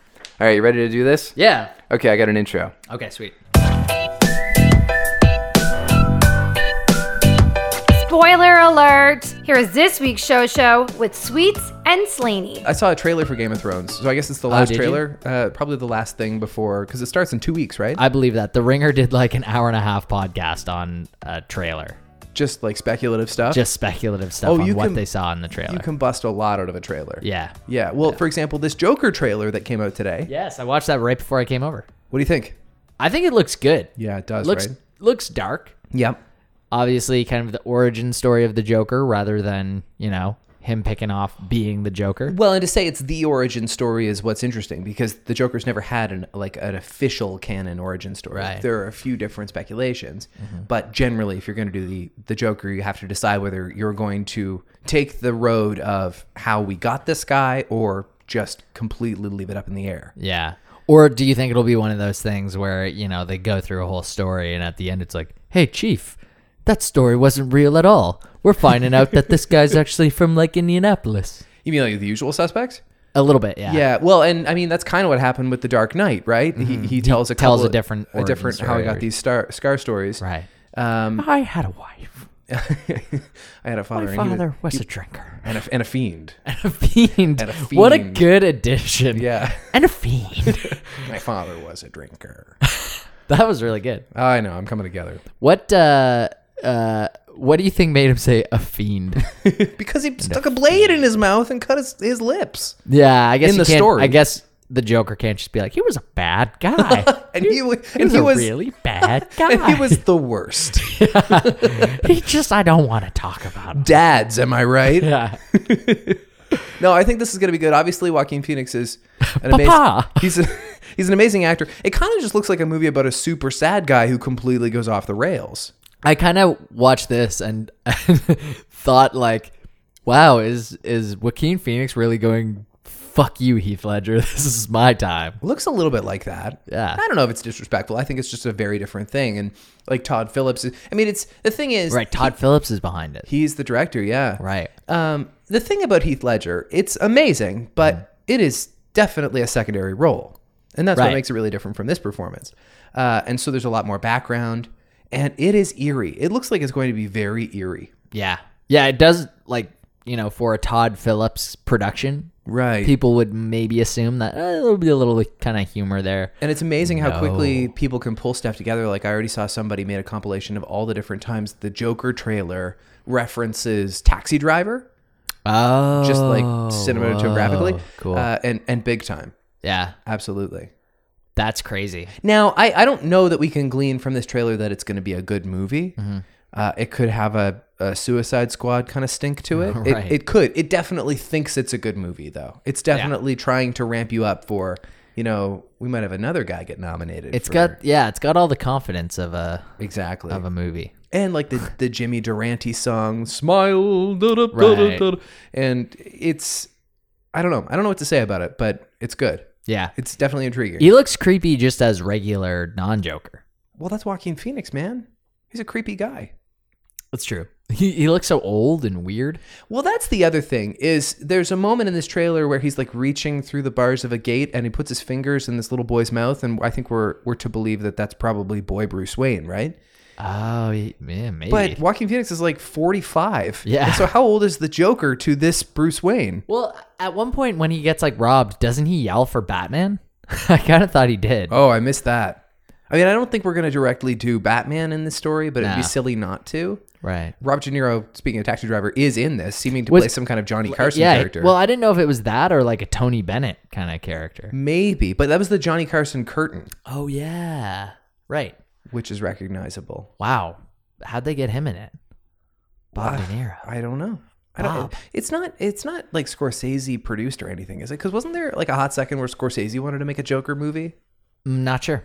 All right, you ready to do this? Yeah. Okay, I got an intro. Okay, sweet. Spoiler alert! Here is this week's show show with Sweets and Slaney. I saw a trailer for Game of Thrones, so I guess it's the last Oh, did you? trailer. Uh, probably the last thing before, because it starts in two weeks, right? I believe that. The Ringer did like an hour and a half podcast on a trailer. Just like speculative stuff. Just speculative stuff Oh, on you what can- they saw in the trailer. you can bust a lot out of a trailer. yeah. Yeah. Well, for example, this Joker trailer that came out today. Yes, I watched that right before I came over. What do you think? I think it looks good. Yeah, it does. looks right? looks dark. Yep. Obviously, kind of the origin story of the Joker rather than, you know, him picking off being the Joker. Well, and to say it's the origin story is what's interesting because the Joker's never had an like an official canon origin story. Right. Mm-hmm. There are a few different speculations, but generally, if you're going to do the the Joker, you have to decide whether you're going to take the road of how we got this guy or just completely leave it up in the air. Yeah. Or do you think it'll be one of those things where, you know, they go through a whole story and at the end it's like, hey, Chief, that story wasn't real at all. We're finding out that this guy's actually from like Indianapolis. You mean like the usual suspects? A little bit, yeah. Yeah. Well, and I mean that's kind of what happened with the Dark Knight, right? He, he tells a Mm-hmm. tells couple a of- different a different origin how he story. got these star, scar stories. Right. Um, I had a wife. I had a father. and My he was- father was a drinker. and a, and a fiend. A fiend. a What a fiend. good addition. Yeah. And a fiend. My father was a drinker. that was really good. I know. I'm coming together What uh uh what do you think made him say a fiend? because he stuck a blade in his mouth and cut his, his lips. Yeah, I guess In you the can't- story. I guess the Joker can't just be like, he was a bad guy. And he, wa- he and was he a was really bad guy. and he was the worst. he just I don't want to talk about him. Dads, am I right? Yeah. No, I think this is going to be good. Obviously, Joaquin Phoenix is an amazing. Papa. He's a, he's an amazing actor. It kind of just looks like a movie about a super sad guy who completely goes off the rails. I kind of watched this and, thought like, wow, is is Joaquin Phoenix really going fuck you Heath Ledger? This is my time. looks a little bit like that. Yeah. I don't know if it's disrespectful. I think it's just a very different thing. And like Todd Phillips, is- I mean, it's the thing is, Right, Todd Phillips is behind it. He's the director, yeah. Right. Um, the thing about Heath Ledger, it's amazing, but Mm. it is definitely a secondary role, and that's Right. what makes it really different from this performance. Uh, and so there's a lot more background, and it is eerie. It looks like it's going to be very eerie. Yeah. Yeah, it does like, you know, for a Todd Phillips production, Right. people would maybe assume that eh, there'll be a little kind of humor there. And it's amazing how quickly No. people can pull stuff together. Like I already saw somebody made a compilation of all the different times the Joker trailer references Taxi Driver, Oh, just like cinematographically, whoa, Cool. uh, and and big time, yeah, absolutely. that's crazy. Now, I, I don't know that we can glean from this trailer that it's going to be a good movie. Mm-hmm. Uh, it could have a, a Suicide Squad kind of stink to it. Right. it. It could. It definitely thinks it's a good movie, though. It's definitely trying to ramp you up for, you know, we might have another guy get nominated. It's for- got yeah, it's got all the confidence of a exactly, of a movie. and like the the Jimmy Durante song, "Smile," da, da, da, da, Right. da. and it's, I don't know, I don't know what to say about it, but it's good. Yeah, It's definitely intriguing. he looks creepy just as regular non-Joker. well, that's Joaquin Phoenix, man. He's a creepy guy. That's true. He he looks so old and weird. Well, that's the other thing is there's a moment in this trailer where he's like reaching through the bars of a gate and he puts his fingers in this little boy's mouth and I think we're we're to believe that that's probably boy Bruce Wayne, right? Oh, he- yeah, maybe. But Joaquin Phoenix is like 45. Yeah. And so how old is the Joker to this Bruce Wayne? well, at one point when he gets like robbed, doesn't he yell for Batman? I kind of thought he did. Oh, I missed that. I mean, I don't think we're going to directly do Batman in this story, but it'd Nah. be silly not to. Right. Robert De Niro, speaking of Taxi Driver, is in this, seeming to Was- play some kind of Johnny Carson yeah. character. Well, I didn't know if it was that or like a Tony Bennett kind of character. maybe, but that was the Johnny Carson curtain, Oh yeah. Right. which is recognizable. Wow. How'd they get him in it? Bob De Niro. I don't know. I don't, Bob. it's not. It's not like Scorsese produced or anything, is it? Because wasn't there like a hot second where Scorsese wanted to make a Joker movie? I'm Mm, not sure.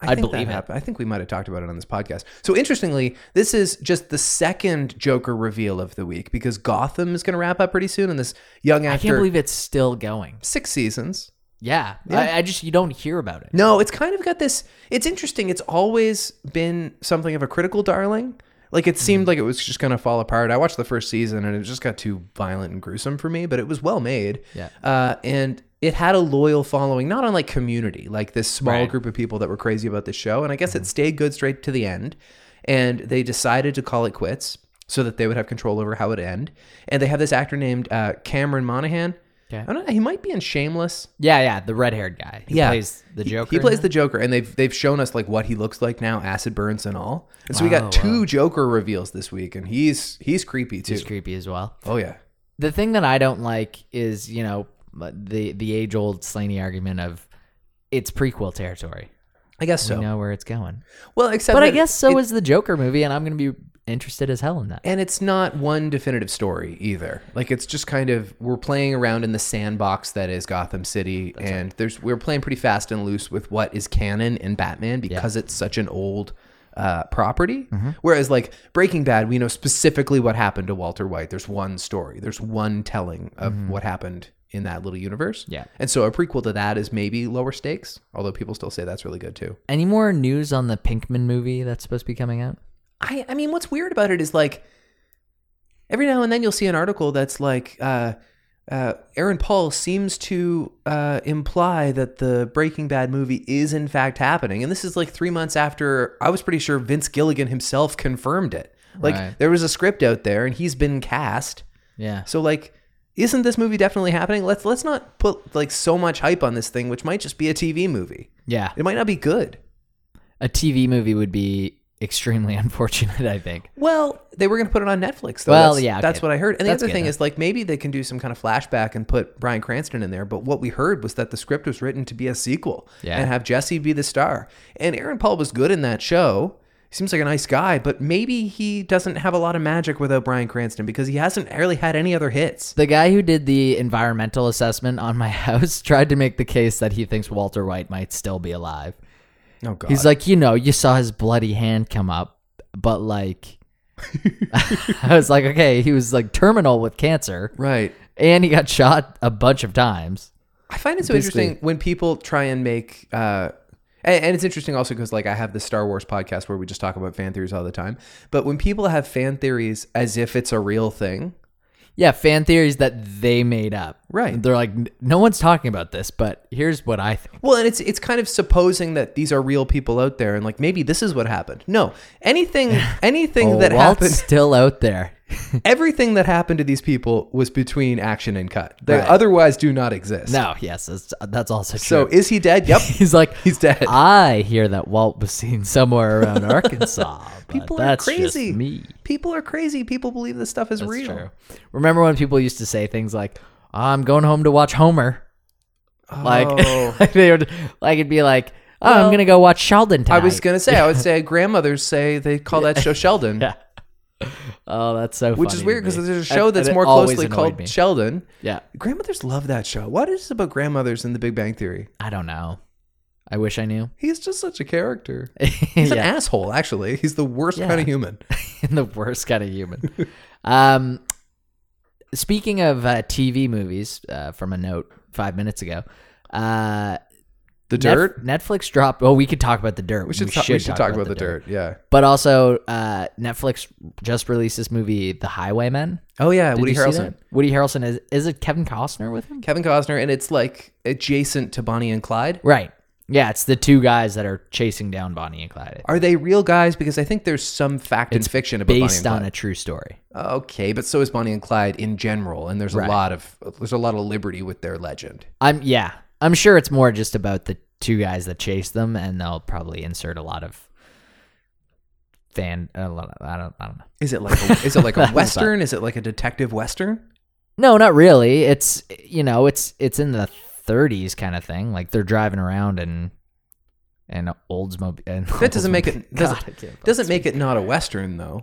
I I'd think that believe it. happened. I think we might have talked about it on this podcast. So interestingly, this is just the second Joker reveal of the week because Gotham is going to wrap up pretty soon, and this young I actor. can't believe it's still going. six seasons. Yeah. Yeah. I, I just you don't hear about it. No, it's kind of got this. It's interesting. It's always been something of a critical darling. Like it seemed Mm-hmm. like it was just gonna fall apart. I watched the first season and it just got too violent and gruesome for me, but it was well made. Yeah. Uh, and it had a loyal following, not unlike Community, like this small Right. Mm-hmm. group of people that were crazy about the show. And I guess it stayed good straight to the end. And they decided to call it quits so that they would have control over how it end. And they have this actor named uh, Cameron Monaghan. Okay. I don't know. He might be in Shameless. Yeah, yeah, the red-haired guy. He Yeah. plays the He- Joker. He, in plays that? the Joker, and they've they've shown us like what he looks like now, acid burns and all. And so we got two Joker reveals this week, and he's he's creepy too. He's creepy as well. oh yeah, the thing that I don't like is you know uh, the the age old Slaney argument of it's prequel territory. I guess so. We know where it's going, Well, except but I that guess so it- is the Joker movie, and I'm going to be interested as hell in that. And it's not one definitive story either. Like it's just kind of we're playing around in the sandbox that is Gotham City, and there's we're playing pretty fast and loose with what is canon in Batman because it's such an old uh, property. Whereas like Breaking Bad, we know specifically what happened to Walter White. There's one story. There's one telling of what happened in that little universe. Yeah. And so a prequel to that is maybe lower stakes, although people still say that's really good too. Any more news on the Pinkman movie that's supposed to be coming out? I I mean, what's weird about it is like every now and then you'll see an article that's like uh, uh, Aaron Paul seems to uh, imply that the Breaking Bad movie is in fact happening, and this is like three months after I was pretty sure Vince Gilligan himself confirmed it. Like Right. there was a script out there, and he's been cast. Yeah, So like. Isn't this movie definitely happening? Let's let's not put like so much hype on this thing, which might just be a TV movie. yeah. It might not be good. A TV movie would be extremely unfortunate. I think. Well, they were going to put it on Netflix. Though. Well, that's, yeah, okay. that's what I heard. And the That's other good, thing huh? is, like, maybe they can do some kind of flashback and put Brian Cranston in there. But what we heard was that the script was written to be a sequel Yeah. and have Jesse be the star. And Aaron Paul was good in that show. He seems like a nice guy, but maybe he doesn't have a lot of magic without Brian Cranston because he hasn't really had any other hits. The guy who did the environmental assessment on my house tried to make the case that he thinks Walter White might still be alive. Oh God, He's like, you know, you saw his bloody hand come up, but like, I was like, okay, he was like terminal with cancer, right. and he got shot a bunch of times. I find it so Basically- interesting when people try and make, uh, and, and it's interesting also because like I have the Star Wars podcast where we just talk about fan theories all the time. But when people have fan theories as if it's a real thing, Yeah, fan theories that they made up. Right. They're like, "N- no one's talking about this, but here's what I think. well, and it's it's kind of supposing that these are real people out there, and like maybe this is what happened. No, anything anything Oh, that Walt's happened, still out there. everything that happened to these people was between action and cut. They Right. otherwise do not exist. No, yes, that's, that's also So true. Uh, is he dead? Yep. he's like, He's dead. I hear that Walt was seen somewhere around Arkansas. but People are that's just crazy. me. People are crazy. People believe this stuff is real. True. Remember when people used to say things like, "I'm going home to watch Homer," like, Oh. like they would, like it'd be like, "Oh, I'm gonna go watch Sheldon tonight." I was gonna say, I would say grandmothers say they call that show Sheldon, Yeah. Oh, that's so. which funny is to weird me. because there's a That- show that's that more always closely annoyed called me. Sheldon. yeah, Grandmothers love that show. What is it about grandmothers in The Big Bang Theory? I don't know. I wish I knew. He's just such a character. He's an Yeah. asshole, actually. He's the worst kind Yeah. of human. the worst kind of human. um, speaking of uh, TV movies, uh, from a note five minutes ago, uh, The Netf- dirt. Netflix dropped. Oh, we could talk about the dirt. We should, ta- we should talk, about, the dirt. Yeah. But also, uh, Netflix just released this movie, The Highwaymen. Oh yeah, Did Woody you see Harrelson, that? Woody Harrelson is is it Kevin Costner with him? Kevin Costner, and it's like adjacent to Bonnie and Clyde. Right. Yeah, it's the two guys that are chasing down Bonnie and Clyde. Are they real guys? Because I think there's some fact and fiction about Based Bonnie and on a true story. Clyde. Okay, but so is Bonnie and Clyde in general, and there's a lot of there's a lot of liberty with their legend. I'm yeah. I'm sure it's more just about the two guys that chase them, and they'll probably insert a lot of fan. A lot of, I don't. I don't know. Is it like a, is it like a western? Is it like a detective western? No, not really. It's you know, it's it's in the 30s kind of thing. Like they're driving around in an Oldsmobile. And That doesn't make it doesn't, doesn't make it not a western though.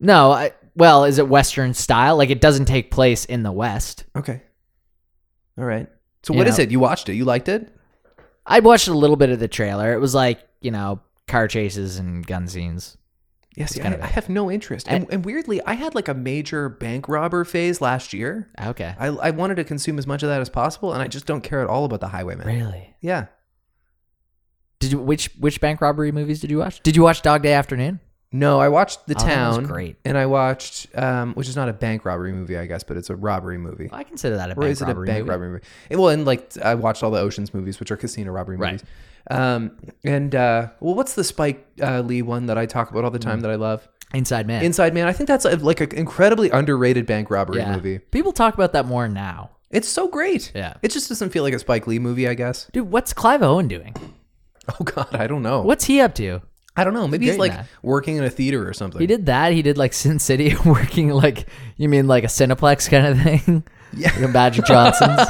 No, I, well, is it Western style? Like it doesn't take place in the West. Okay. All right. So You what is know. it? You watched it. You liked it? I watched a little bit of the trailer. It was like you know car chases and gun scenes. Yes, kind I, of I it. have no interest. And, and weirdly, I had like a major bank robber phase last year. Okay, I, I wanted to consume as much of that as possible, and I just don't care at all about the Highwayman. really? Yeah. Did you which which bank robbery movies did you watch? Did you watch Dog Day Afternoon? Oh, No, I watched The that was Town. great. And I watched, um, which is not a bank robbery movie, I guess, but it's a robbery movie. I consider that a or bank is it a robbery bank movie. robbery movie? Eh, well, and like I watched all the Ocean's movies, which are casino robbery Right. movies. Um, and uh, well, what's the Spike uh, Lee one that I talk about all the Mm. time that I love? Inside Man. Inside Man. I think that's a, like an incredibly underrated bank robbery Yeah. movie. People talk about that more now. It's so great. Yeah. It just doesn't feel like a Spike Lee movie, I guess. Dude, what's Clive Owen doing? Oh God, I don't know. What's he up to? I don't know. Maybe he's great like in that. working in a theater or something. He did that. He did like Sin City, working like you mean like a Cineplex kind of thing. Yeah. like a Magic Johnson's.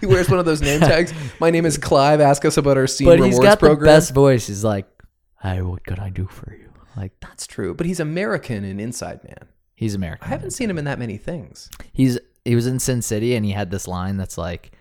He wears one of those name tags. My name is Clive. Ask us about our scene but rewards he's got program. the best voice. He's like, "Hey, what can I do for you?" Like That's true. But he's American in Inside Man. he's I American. haven't seen him in that many things. He's he was in Sin City and he had this line that's like,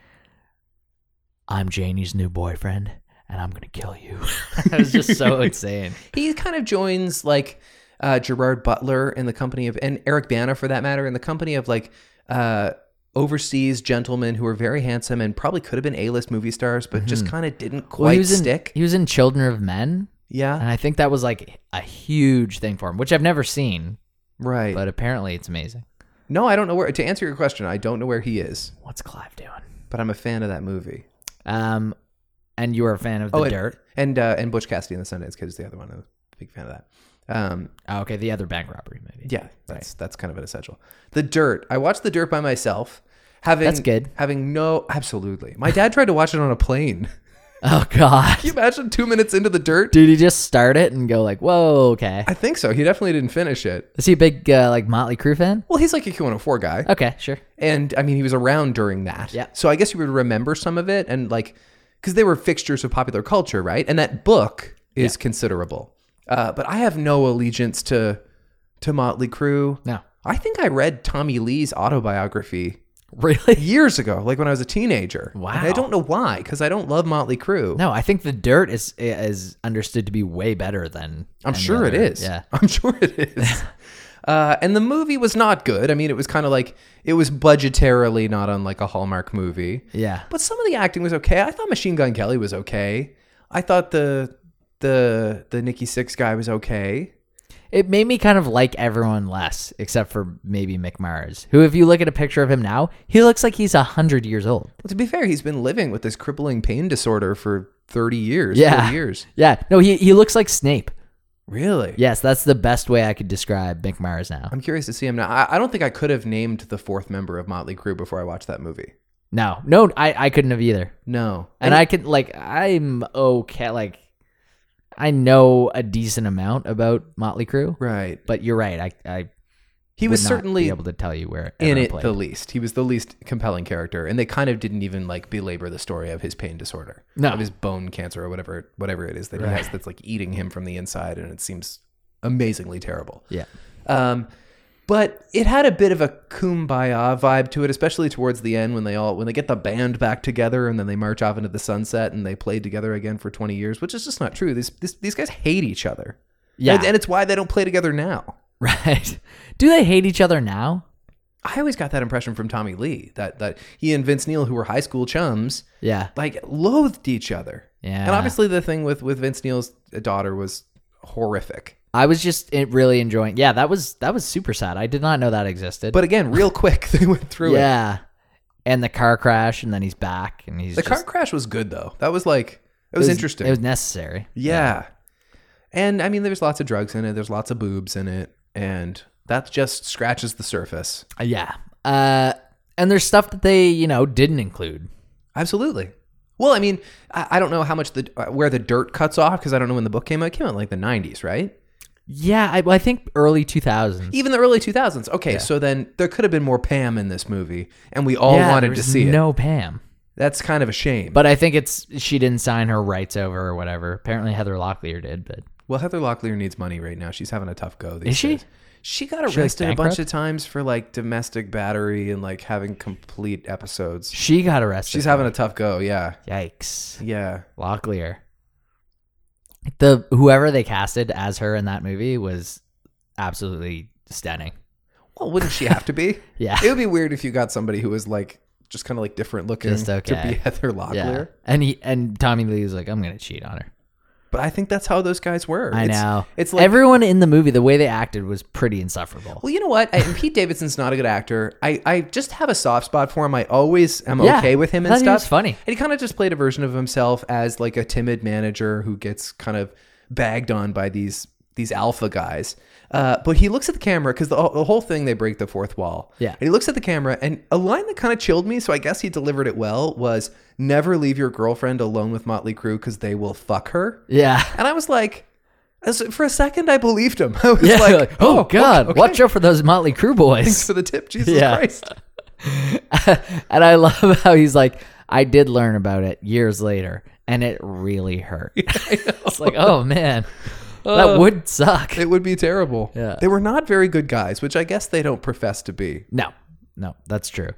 "I'm Janie's new boyfriend." And I'm gonna kill you. that was just so insane. He kind of joins like uh, Gerard Butler in the company of, and Eric Bana for that matter, in the company of like uh, overseas gentlemen who are very handsome and probably could have been A-list movie stars, but just kind of didn't quite Mm-hmm. Well, he was in stick. he was in Children of Men, and yeah, I think that was like a huge thing for him, which I've never seen, right. but apparently it's amazing. no, I don't know where. To answer your question, I don't know where he is, What's Clive doing? but I'm a fan of that movie. Um, and you were a fan of the Oh, and- Dirt. and uh, and Butch Cassidy and the Sundance Kid is the other one. I'm a big fan of that. Um, Oh, okay, the other bank robbery movie. yeah, that's that's kind of an essential. The Dirt. I watched The Dirt by myself. Having That's good. Having no absolutely. My dad tried to watch it on a plane. Oh God, Can you imagine two minutes into The Dirt? dude, you just start it and go like, "Whoa, okay." I think so. He definitely didn't finish it. Is he a big uh, like Motley Crue fan? Well, he's like a Q104 guy, Okay, sure. and I mean he was around during that. Yeah. So I guess you would remember some of it, and like because they were fixtures of popular culture, right? And that book is considerable. Uh, but I have no allegiance to to Motley Crue. No, I think I read Tommy Lee's autobiography really? years ago, like when I was a teenager. Wow. And I don't know why, because I don't love Motley Crue. No, I think the Dirt is is understood to be way better than. I'm any sure it other- is. Yeah. I'm sure it is. uh, and the movie was not good. I mean, it was kind of like, it was budgetarily not unlike a Hallmark movie. Yeah. But some of the acting was okay. I thought Machine Gun Kelly was okay. I thought the the the Nikki Six guy was okay. It made me kind of like everyone less, except for maybe Mick Mars, who, if you look at a picture of him now, he looks like he's 100 years old. Well, to be fair, he's been living with this crippling pain disorder for 30 years, Yeah. 40 years. Yeah. No, he, he looks like Snape. Really? Yes, that's the best way I could describe Mick Mars now. I'm curious to see him now. I, I don't think I could have named the fourth member of Motley Crue before I watched that movie. No, no, I, I couldn't have either. No, And I could, like, I'm okay. Like, I know a decent amount about Motley Crue, right. but you're right. I, I He would was not certainly be able to tell you where in ever it played. the least. He was the least compelling character, and they kind of didn't even like belabor the story of his pain disorder, No. of his bone cancer or whatever whatever it is that he has that's like eating him from the inside, and it seems amazingly terrible. Yeah. Um, but it had a bit of a kumbaya vibe to it, especially towards the end when they all when they get the band back together and then they march off into the sunset and they played together again for twenty years, which is just not true. These these, these guys hate each other, Yeah. and, and it's why they don't play together now. right. Do they hate each other now? I always got that impression from Tommy Lee that that he and Vince Neil, who were high school chums, Yeah. like loathed each other. Yeah. and obviously the thing with with Vince Neil's daughter was horrific. I was just eh, really enjoying. Yeah, that was that was super sad. I did not know that existed. But again, real quick, they went through it. yeah, and the car crash, and then he's back, and he's The just, car crash was good though. That was like it was, interesting. It was necessary. yeah. and I mean, there's lots of drugs in it. There's lots of boobs in it, and that just scratches the surface. Uh, Yeah. Uh, and there's stuff that they you know didn't include. Absolutely. Well, I mean, I, I don't know how much the uh, where the dirt cuts off because I don't know when the book came out. It came out in, like the '90s, right? Yeah, I, well, I think early 2000s. even the early 2000s. Okay, so then there could have been more Pam in this movie, and we all yeah, wanted there to was see it. No Pam. That's kind of a shame. But But I think it's she didn't sign her rights over or whatever. Apparently Heather Locklear did, but well, Heather Locklear needs money right now. She's having a tough go. These Is she? days. She got like, arrested a bunch bankrupt? of times for like domestic battery and like having complete episodes. she got arrested. She's having a tough go. Yeah, Yikes. yeah. Locklear. The whoever they casted as her in that movie was absolutely stunning. Well, wouldn't she have to be? Yeah. It would be weird if you got somebody who was like just kind of like different looking Just to okay. be Heather Locklear. Yeah. And he and Tommy Lee was like, I'm gonna cheat on her. But I think that's how those guys were. I It's- know. It's like everyone in the movie, the way they acted was pretty insufferable. Well, you know what? I, and Pete Davidson's not a good actor. I, I just have a soft spot for him. I always am Yeah. okay with him I and thought he stuff. was funny. And he kind of just played a version of himself as like a timid manager who gets kind of bagged on by these these alpha guys. Uh, but he looks at the camera because the, the whole thing they break the fourth wall. Yeah. And he looks at the camera and a line that kind of chilled me. So I guess he delivered it well. Was never leave your girlfriend alone with Motley Crue because they will fuck her. Yeah. And I was like. as- For a second, I believed him. I was Yeah. like, like, oh, God, okay, okay." watch out for those Motley Crue boys. thanks for the tip, Jesus Yeah. Christ. and I love how he's like, I did learn about it years later, and it really hurt. it's like, oh man, that would suck. Uh, It would be terrible. Yeah. They were not very good guys, which I guess they don't profess to be. No, no, that's true.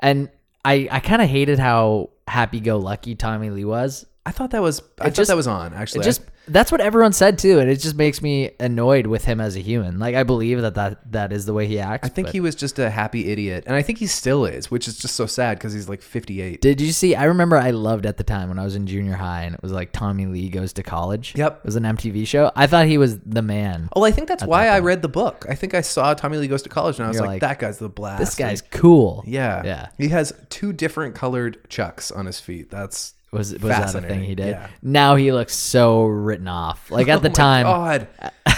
And I, I kind of hated how happy-go-lucky Tommy Lee was. I thought that was I thought just- that was on, actually. It just that's what everyone said too, and it just makes me annoyed with him as a human. Like I believe that that, that is the way he acts. I think he was just a happy idiot. And I think he still is, which is just so sad because he's like fifty eight. Did you see? I remember I loved at the time when I was in junior high, and it was like Tommy Lee goes to college. Yep. it was an MTV show. I thought he was the man. Oh, I think that's why I read the book. I think I saw Tommy Lee Goes to College and I was You're like, like, that guy's the blast. this guy's cool. Yeah. yeah. He has two different colored chucks on his feet. That's Was was that a thing Fascinating, he did? yeah. Now he looks so written off. Like at the Oh my time,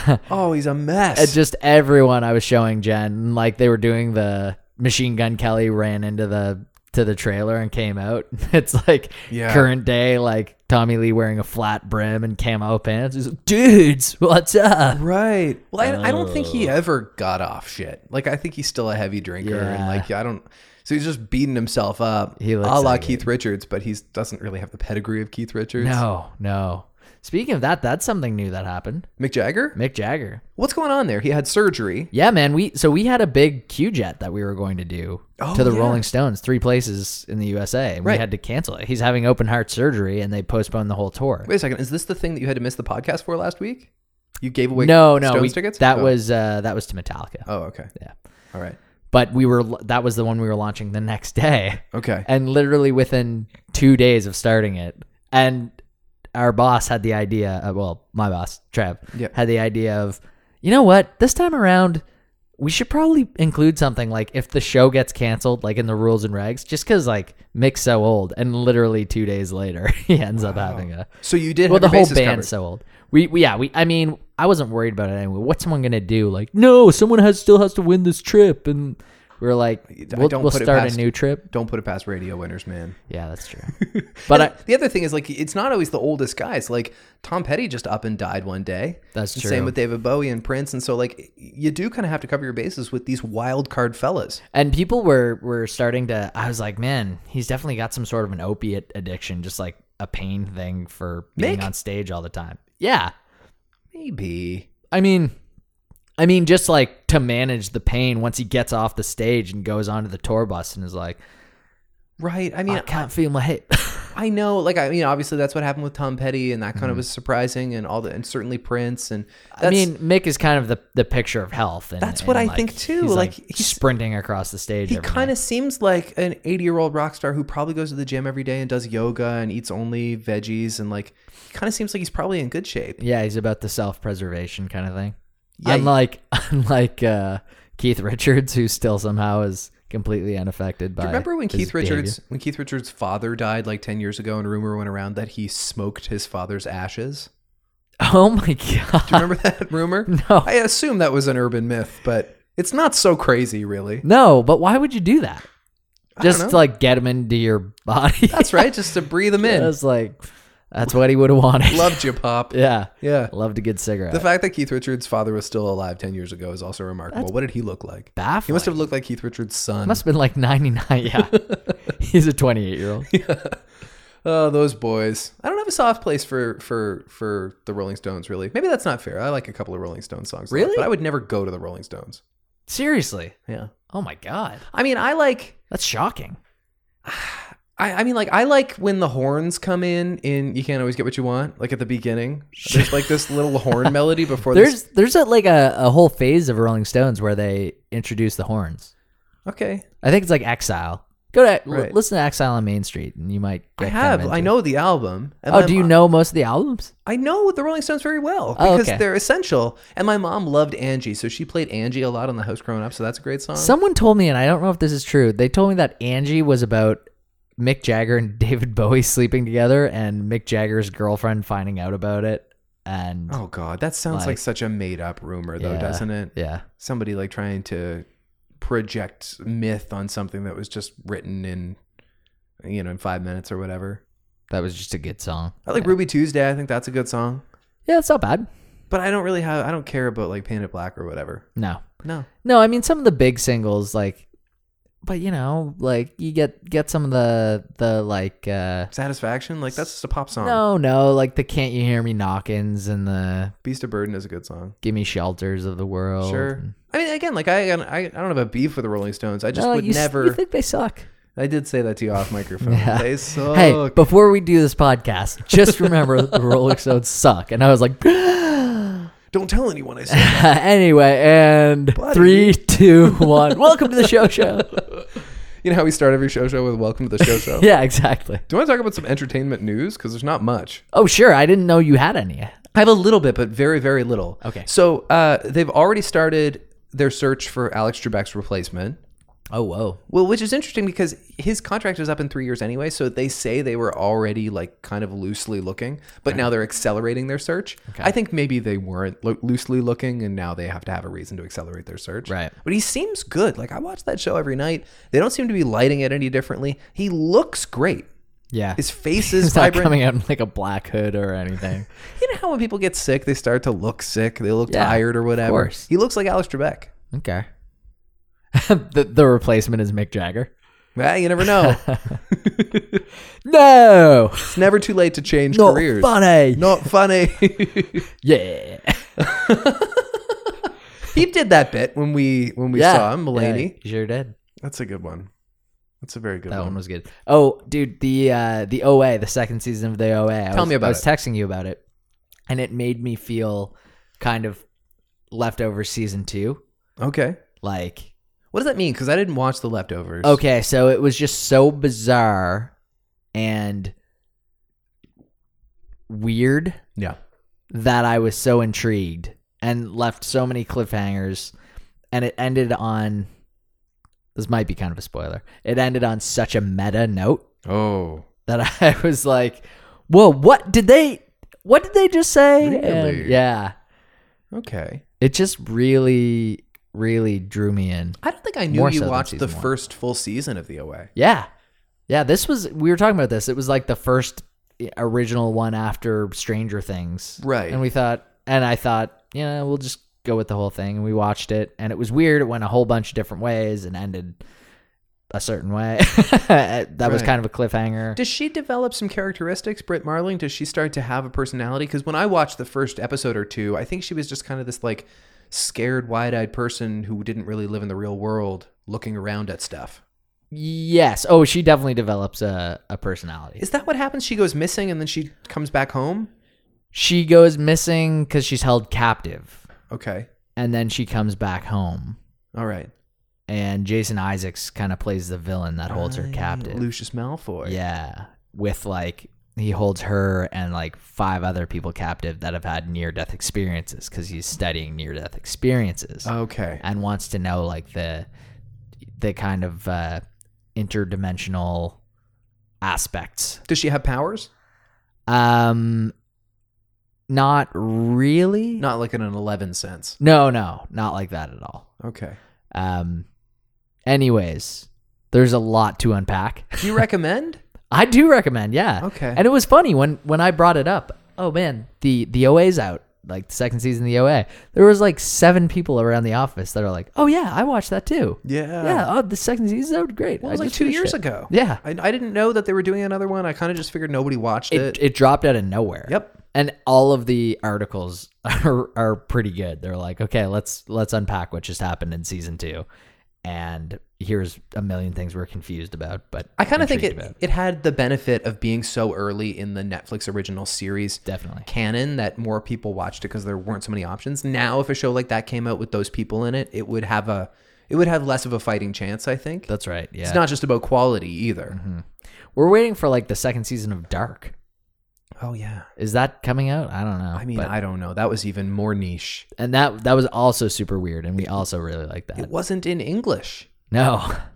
God. oh, he's a mess. uh, just everyone I was showing Jen, like they were doing the Machine Gun Kelly ran into the to the trailer and came out. It's like Yeah. current day, like Tommy Lee wearing a flat brim and camo pants. He's like, dudes, what's up? Right. Well, I, I don't think he Oh. ever got off shit. Like, I think he's still a heavy drinker, and Yeah. like, I don't. So he's just beating himself up, He looks a la like Keith Richards, but he doesn't really have the pedigree of Keith Richards. No, no. Speaking of that, that's something new that happened. Mick Jagger. Mick Jagger. What's going on there? He had surgery. Yeah, man. We so we had a big Q jet that we were going to do Oh, to the yeah. Rolling Stones, three places in the USA, and Right. we had to cancel it. He's having open heart surgery, and they postponed the whole tour. Wait a second. Is this the thing that you had to miss the podcast for last week? You gave away no, no, Stones we, tickets. that Oh. was uh, that was to Metallica. Oh, okay. Yeah. All right. But we were that was the one we were launching the next day, Okay. and literally within two days of starting it, and our boss had the idea. Uh, well, my boss Trev Yeah. had the idea of, you know what, this time around. we should probably include something like if the show gets canceled, like in the rules and regs, just because like Mick's so old, and literally two days later he ends up having a So you did. well, the have your whole bases band's covered. so old. We, we yeah we I mean I wasn't worried about it anyway. What's someone gonna do? Like no, someone has still has to win this trip, and we are like I we'll, don't we'll put it start past- a new trip. Don't put it past radio winners, man. Yeah, that's true. But I, The other thing is like it's not always the oldest guys. Like Tom Petty just up and died one day. That's The true. Same with David Bowie and Prince. And so like you do kind of have to cover your bases with these wild card fellas. and people were were starting to i was like man he's definitely got some sort of an opiate addiction just like a pain thing for being Mick? on stage all the time yeah Maybe. i mean i mean just like to manage the pain once he gets off the stage and goes onto the tour bus and is like Right. I mean, i can't feel my hip I know. Like, I mean, obviously that's what happened with Tom Petty, and that kind of was surprising, and all the, and certainly Prince, and that's, Mm-hmm. i mean mick is kind of the the picture of health and That's what and, I think, too. he's, like, Like, he's- sprinting across the stage he every kind night. of seems like an eighty-year-old rock star who probably goes to the gym every day and does yoga and eats only veggies, and like, he kind of seems like he's probably in good shape. yeah he's about the self-preservation kind of thing Yeah, unlike unlike uh, Keith Richards, who still somehow is completely unaffected by. Do you remember when his Keith behavior. Richards when Keith Richards' father died like ten years ago, and rumor went around that he smoked his father's ashes? Oh my god! Do you remember that rumor? No. I assume that was an urban myth, but it's not so crazy, really. No, but why would you do that? Just know. to, like get him into your body. That's right, just to breathe them in. That's like that's what he would have wanted. Loved you, pop. yeah, Yeah. loved a good cigarette. The fact that Keith Richards' father was still alive ten years ago is also remarkable. what did he look like? He Baffling. must have looked like Keith Richards' son. Must have been like ninety nine. Yeah, he's a twenty eight year old. Oh, those boys. I don't have a soft place for for for the Rolling Stones, really. Maybe that's not fair. I like a couple of Rolling Stones songs. a lot, Really? but I would never go to the Rolling Stones. Seriously. Yeah. Oh my god, I mean, I like that's shocking. I, I mean, like, I like when the horns come in, and you can't always get what you want. Like at the beginning, there's like this little horn melody before There's this. there's a, like a, a whole phase of Rolling Stones where they introduce the horns. Okay, I think it's like Exile. Go to l- Right. listen to Exile on Main Street, and you might. Get I kind of have. into I it. know the album. and Oh, my do you mo- know most of the albums? I know the Rolling Stones very well Oh, because okay. they're essential. And my mom loved Angie, so she played Angie a lot on the house growing up. So that's a great song. Someone told me, and I don't know if this is true. They told me that Angie was about Mick Jagger and David Bowie sleeping together, and Mick Jagger's girlfriend finding out about it. And oh God, that sounds like, Like- such a made up rumor, though, Yeah. doesn't it? yeah, Somebody like trying to project myth on something that was just written in, you know, in five minutes or whatever. that was just a good song. I like Ruby Tuesday. I think that's a good song, Yeah, it's not bad. but I don't really have. I don't care about like Painted Black or whatever. No, No. No, I mean some of the big singles, like, but you know, like you get get some of the the like, uh Satisfaction, like that's just a pop song. no, no, like the "Can't You Hear Me" knockins and the Beast of Burden is a good song. "Give Me Shelters" of the world. Sure. I mean, again, like I, I, I don't have a beef with the Rolling Stones. I just no, would you, s- never. You think they suck? I did say that to you off microphone. Yeah. They suck. Hey, before we do this podcast, just remember the Rolling Stones suck. And I was like, don't tell anyone I said. anyway, and Buddy. three, two, one. Welcome to the show, show. you know how we start every show show with "Welcome to the show show." yeah, exactly. Do you want to talk about some entertainment news? Because there's not much. Oh, sure. I didn't know you had any. I have a little bit, but very, very little. Okay. So uh, they've already started their search for Alex Trebek's replacement. Oh, whoa. Well, which is interesting because his contract is up in three years anyway. So they say they were already like kind of loosely looking, but now they're accelerating their search. I think maybe they weren't lo- loosely looking, and now they have to have a reason to accelerate their search. Right. But he seems good. Like I watch that show every night. They don't seem to be lighting it any differently. He looks great. Yeah. His face is It's not vibrant. coming out in like a black hood or anything. You know how when people get sick, they start to look sick. They look Yeah, tired or whatever. course. He looks like Alex Trebek. okay. the, the replacement is Mick Jagger. Ah, you never know. No, it's never too late to change not careers. funny. Not funny. Yeah, He did that bit when we when we yeah. saw him, Mulaney. Yeah, you sure did. That's a good one. That's a very good That one was good. Oh, dude, the uh, the OA, the second season of the OA. I Tell was, me about I was texting you about it, and it made me feel kind of leftover season two. Okay. Like, What does that mean? Because I didn't watch the leftovers. okay, so it was just so bizarre and weird Yeah. that I was so intrigued and left so many cliffhangers. And it ended on this might be kind of a spoiler. It ended on such a meta note Oh. that I was like, "Whoa, what did they? What did they just say?" And Really? yeah, Okay. it just really, really drew me in. I don't think I knew More you so than watched the season one. first full season of the OA. Yeah, yeah. This was we were talking about this. It was like the first eh, original one after Stranger Things, Right. And we thought, and I thought, you know, we'll just go with the whole thing. And we watched it, and it was weird. It went a whole bunch of different ways and ended a certain way. that was Right. kind of a cliffhanger. Does she develop some characteristics, Britt Marling? Does she start to have a personality? Because when I watched the first episode or two, I think she was just kind of this like scared, wide eyed person who didn't really live in the real world looking around at stuff. yes. Oh, she definitely develops a, a personality. Is that what happens? She goes missing and then she comes back home? she goes missing because she's held captive Okay. and then she comes back home All right. and jason isaacs kind of plays the villain that holds her Right, captive Lucius Malfoy. yeah with like he holds her and like five other people captive that have had near death experiences because he's studying near death experiences Okay. and wants to know like the the kind of uh interdimensional aspects Does she have powers? um not really Not like in an 11 sense. No, no, not like that at all. Okay. Um, anyways, there's a lot to unpack. Do you recommend? I do recommend, yeah. Okay. And it was funny when when I brought it up. Oh man, the the OA's out, like the second season of the OA. There was like seven people around the office that are like, "Oh yeah, I watched that too." Yeah. Yeah. Oh, the second season's out. Great. Well, it I was like just two finished years it. ago. Yeah. I, I didn't know that they were doing another one. I kind of just figured nobody watched it. It it dropped out of nowhere. Yep. And all of the articles are are pretty good. They're like, okay, let's let's unpack what just happened in season two, and here's a million things we're confused about. But I kind of think intrigued it, about. it had the benefit of being so early in the Netflix original series definitely. canon that more people watched it because there weren't so many options. Now, if a show like that came out with those people in it, it would have a it would have less of a fighting chance, I think. That's right. Yeah. It's not just about quality either. Mm-hmm. We're waiting for like the second season of Dark. Oh yeah. Is that coming out? I don't know. I mean, but- I don't know. That was even more niche. and that that was also super weird, and we also really like that. It wasn't in English. no,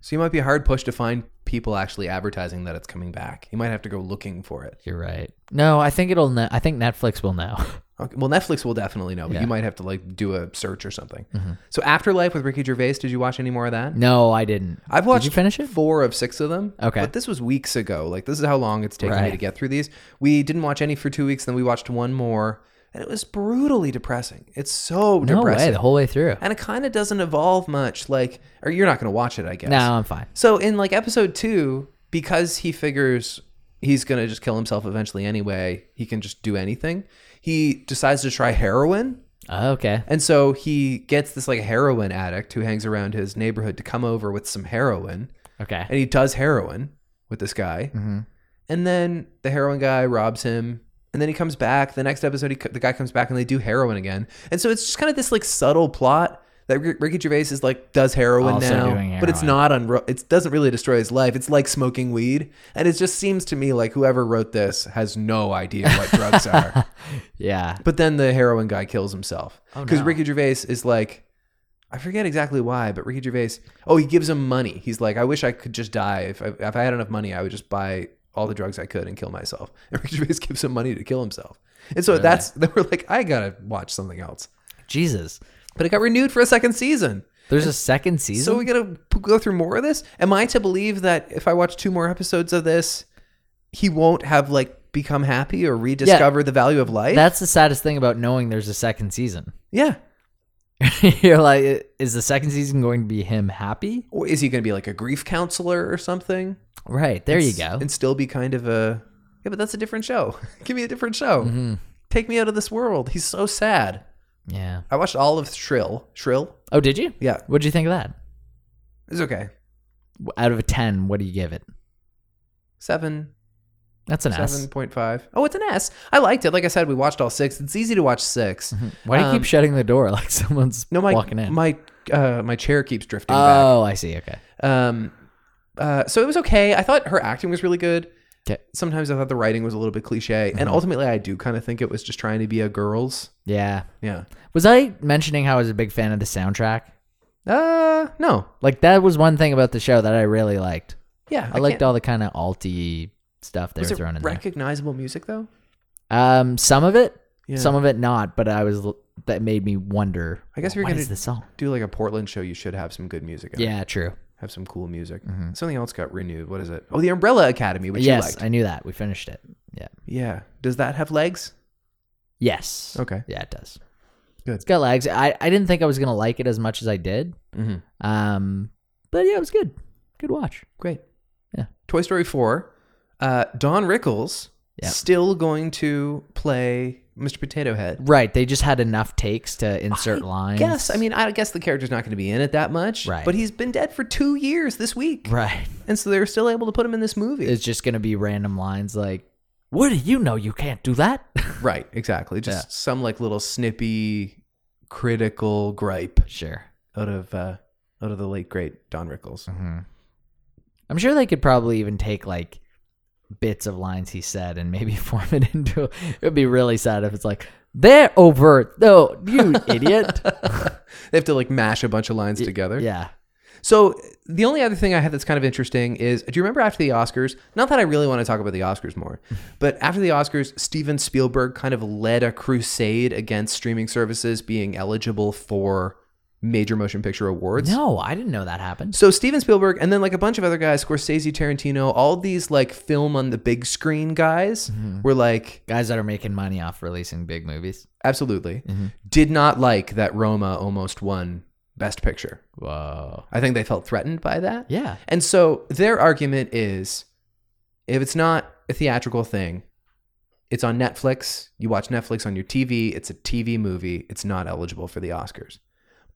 So you might be hard pushed to find people actually advertising that it's coming back. You might have to go looking for it. you're right. No, I think it'll. Ne- I think Netflix will know. Okay. Well, Netflix will definitely know, but Yeah. you might have to like do a search or something. So Afterlife with Ricky Gervais, did you watch any more of that? no, I didn't. I've watched Did you finish it? four of six of them. Okay. But this was weeks ago. Like this is how long it's taken me Right. to get through these. We didn't watch any for two weeks, then we watched one more. And it was brutally depressing. It's so No way. depressing. The whole way through. and it kind of doesn't evolve much. Like, or you're not going to watch it, I guess. No, I'm fine. So in like episode two, because he figures he's gonna just kill himself eventually anyway, he can just do anything. He decides to try heroin, Oh, okay. and so he gets this like heroin addict who hangs around his neighborhood to come over with some heroin, Okay. and he does heroin with this guy, Mm-hmm. and then the heroin guy robs him. And then he comes back. The next episode, he, co- the guy comes back and they do heroin again. And so it's just kind of this like subtle plot that R- Ricky Gervais is like does heroin Also now, doing but it's heroin. not on. It doesn't really destroy his life. It's like smoking weed. And it just seems to me like whoever wrote this has no idea what drugs are. Yeah. But then the heroin guy kills himself because Oh, no. Ricky Gervais is like, I forget exactly why, but Ricky Gervais. Oh, he gives him money. He's like, I wish I could just die. If I, if I had enough money, I would just buy all the drugs I could and kill myself. And Ricky Gervais gives him money to kill himself. And so that's they were like, I gotta watch something else. Jesus. But it got renewed for a second season. There's a second season. So we gotta p- go through more of this. Am I to believe that if I watch two more episodes of this, he won't have like become happy or rediscover the value of life? That's the saddest thing about knowing there's a second season. yeah. You're like, is the second season going to be him happy? Or is he going to be like a grief counselor or something? Right. There you S- go. And still be kind of a yeah, but that's a different show. Give me a different show. Mm-hmm. Take me out of this world. He's so sad. Yeah. I watched all of Shrill. Shrill. Oh, did you? Yeah, What'd you think of that? it's okay. W- Out of a ten, what do you give it? Seven. That's an S. Seven point five. Oh, it's an S. I liked it. Like I said, we watched all six. It's easy to watch 6 Why do you Um, keep shutting the door like someone's No, my Mm-hmm. walking in? my uh, my chair keeps drifting back. oh, I see. Okay. Um, uh, so it was okay. I thought her acting was really good. 'Kay. Sometimes I thought the writing was a little bit cliche, Mm-hmm. and ultimately I do kind of think it was just trying to be a girls. Yeah. Yeah. Was I mentioning how I was a big fan of the soundtrack? Uh, no. Like that was one thing about the show that I really liked. Yeah, I, liked can't- all the kind of alty stuff they Was were it thrown in recognizable music though? there. Um, some of it, Yeah. some of it not. But I was l- that made me wonder. I guess if you're what gonna- is this song? Do like a Portland show, you should have some good music. In it. Yeah, Mm-hmm. true. have some cool music. Something else got renewed. What is it? Oh, the Umbrella Academy, which you yes, liked. I knew that. We finished it. Yeah. yeah, does that have legs? Yes. Okay. Yeah, it does. Good. It's got legs. I, I didn't think I was gonna like it as much as I did. Mhm. Um, but yeah, it was good. Good watch. Great. Yeah. Toy Story Four. Uh, Don Rickles Yep. still going to play Mr. Potato Head. Right. They just had enough takes to insert lines. Yes, I mean, I guess the character's not going to be in it that much, Right. but he's been dead for two years this week, Right. and so they were still able to put him in this movie. It's just gonna be random lines like, "What do you know? You can't do that." Right, exactly. Just Yeah. some like little snippy, critical gripe sure. out of uh, out of the late great Don Rickles. Mm-hmm. I'm sure they could probably even take like bits of lines he said and maybe form it into. It would be really sad if it's like they're overt though. You idiot. they have to like mash a bunch of lines together. Yeah. So the only other thing I had that's kind of interesting is, do you remember after the Oscars? Not that I really want to talk about the Oscars more, but after the Oscars, Steven Spielberg kind of led a crusade against streaming services being eligible for major motion picture awards. No, I didn't know that happened. So Steven Spielberg and then like a bunch of other guys, Scorsese, Tarantino, all these like film on the big screen guys were like Guys that are making money off releasing big movies. absolutely Mm-hmm. did not like that Roma almost won best picture. Whoa. I think they felt threatened by that. Yeah. And so their argument is if it's not a theatrical thing, it's on Netflix, you watch Netflix on your TV, it's a TV movie, it's not eligible for the Oscars.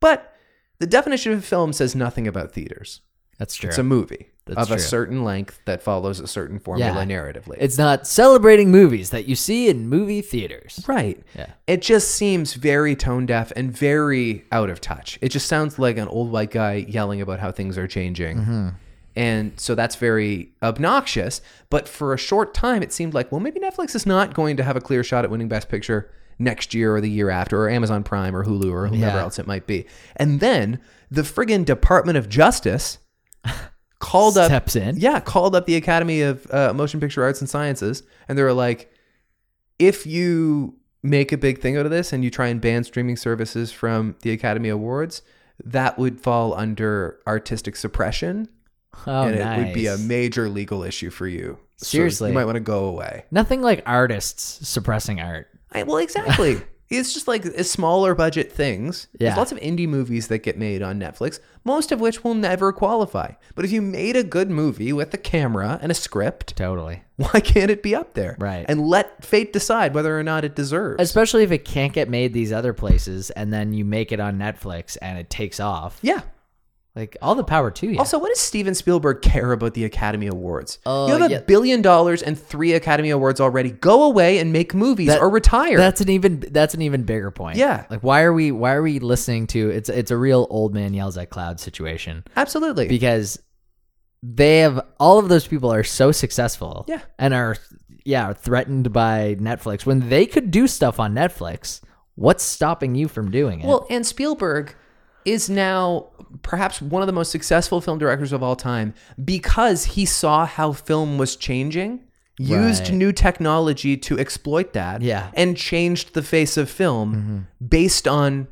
But the definition of film says nothing about theaters. That's true. It's a movie. That's of true. a certain length that follows a certain formula narratively. It's not celebrating movies that you see in movie theaters. right. Yeah. It just seems very tone deaf and very out of touch. It just sounds like an old white guy yelling about how things are changing. Mm-hmm. And so that's very obnoxious. But for a short time, it seemed like, well, maybe Netflix is not going to have a clear shot at winning Best Picture next year or the year after, or Amazon Prime or Hulu or whomever Yeah. else it might be. And then the friggin' Department of Justice called up Steps in. yeah, called up the Academy of uh, Motion Picture Arts and Sciences, and they were like, if you make a big thing out of this and you try and ban streaming services from the Academy Awards, that would fall under artistic suppression, Oh, and nice. it would be a major legal issue for you. So Seriously. you might want to go away. Nothing like artists suppressing art. I, well, exactly. it's just like it's smaller budget things. Yeah. There's lots of indie movies that get made on Netflix, most of which will never qualify. But if you made a good movie with a camera and a script, Totally. why can't it be up there? Right. And let fate decide whether or not it deserves. Especially if it can't get made these other places and then you make it on Netflix and it takes off. yeah. Like all the power to you. Also, what does Steven Spielberg care about the Academy Awards? Uh, you have a yeah. billion dollars and three Academy Awards already. Go away and make movies That- or retire. That's an even that's an even bigger point. Yeah. Like why are we why are we listening to it's it's a real old man yells at cloud situation Absolutely. because they have all of those people are so successful. Yeah. And are yeah, are threatened by Netflix when they could do stuff on Netflix. What's stopping you from doing it? Well, and Spielberg is now perhaps one of the most successful film directors of all time because he saw how film was changing, used Right. new technology to exploit that, Yeah. Mm-hmm. and changed the face of film based on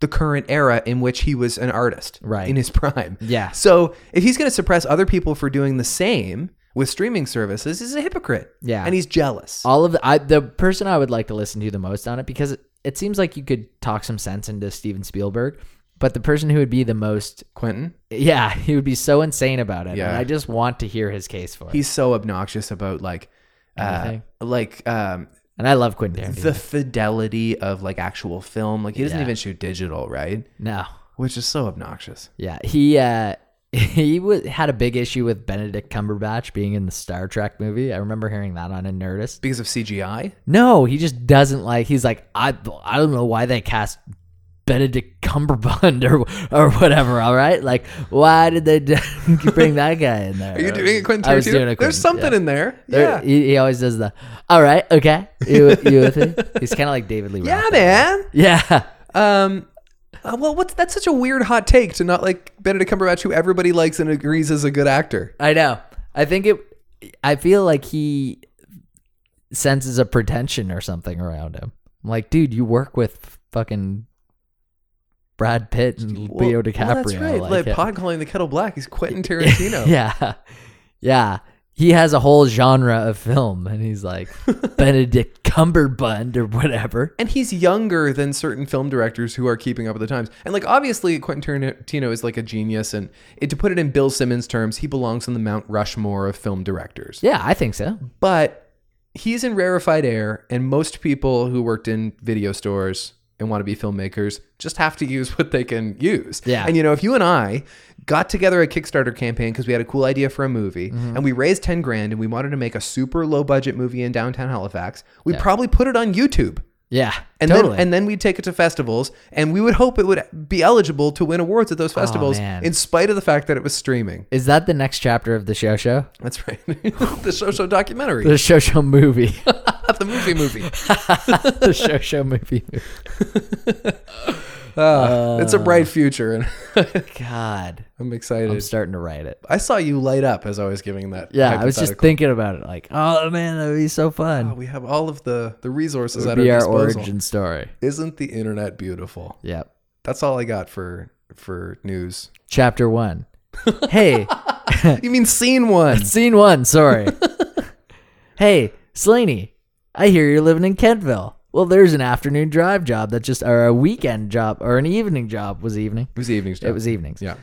the current era in which he was an artist Right. in his prime. Yeah. So if he's going to suppress other people for doing the same with streaming services, he's a hypocrite. Yeah. And he's jealous. all of the, I, the person I would like to listen to the most on it because it, it seems like you could talk some sense into Steven Spielberg, but the person who would be the most Quentin, yeah, he would be so insane about it. And Yeah. I just want to hear his case for it. he's so obnoxious about like uh, Anything. like um, and I love Quentin Tarantino. the fidelity of like actual film. Like he doesn't Yeah. even shoot digital, right? no, Which is so obnoxious. yeah, he uh, he w- had a big issue with Benedict Cumberbatch being in the Star Trek movie. I remember hearing that on a Nerdist. Because of CGI? No, he just doesn't like. He's like, I, I don't know why they cast Benedict Cumberbund or or whatever. All right, like why did they do- bring that guy in there? Are you doing it, Quentin Tarantino? I was doing it. There's something in there. There, Yeah. he, he always does the. All right, okay, you, you with me? He's kind of like David Lee. yeah, Roth. man. Yeah. Um, uh, well, what's that's such a weird hot take to not like Benedict Cumberbatch, who everybody likes and agrees is a good actor. I know. I think it. I feel like he senses a pretension or something around him. I'm like, dude, you work with fucking Brad Pitt and Leo DiCaprio. that's right. Like, Like, yeah. pot calling the kettle black. He's Quentin Tarantino. yeah, yeah. He has a whole genre of film, and he's like Benedict Cumberbund or whatever. and he's younger than certain film directors who are keeping up with the times. And like obviously Quentin Tarantino is like a genius and it, to put it in Bill Simmons terms, he belongs on the Mount Rushmore of film directors. Yeah, I think so. But he's in rarefied air and most people who worked in video stores and want to be filmmakers just have to use what they can use. Yeah. And you know, if you and I got together a Kickstarter campaign because we had a cool idea for a movie Mm-hmm. and we raised 10 grand and we wanted to make a super low budget movie in downtown Halifax, we probably put it on YouTube. Yeah, And totally. then and then we'd take it to festivals and we would hope it would be eligible to win awards at those festivals man. in spite of the fact that it was streaming. is that the next chapter of the show show? That's right. the show show documentary. The show show movie. Not the movie movie. the show show movie. Uh, it's a bright future and God, I'm excited. I'm starting to write it. I saw you light up as I was giving that. Yeah, I was just hypothetical. thinking about it. Like, oh man, that'd be so fun. Wow, we have all of the the resources at That'd be our our disposal. origin story. Isn't the internet beautiful? Yep. That's all I got for for news. Chapter one. hey, you mean scene one? scene one. Sorry. hey, Slaney, I hear you're living in Kentville. Well, there's an afternoon drive job that just, or a weekend job, or an evening job was evening. It was the evening show. It was evenings. yeah.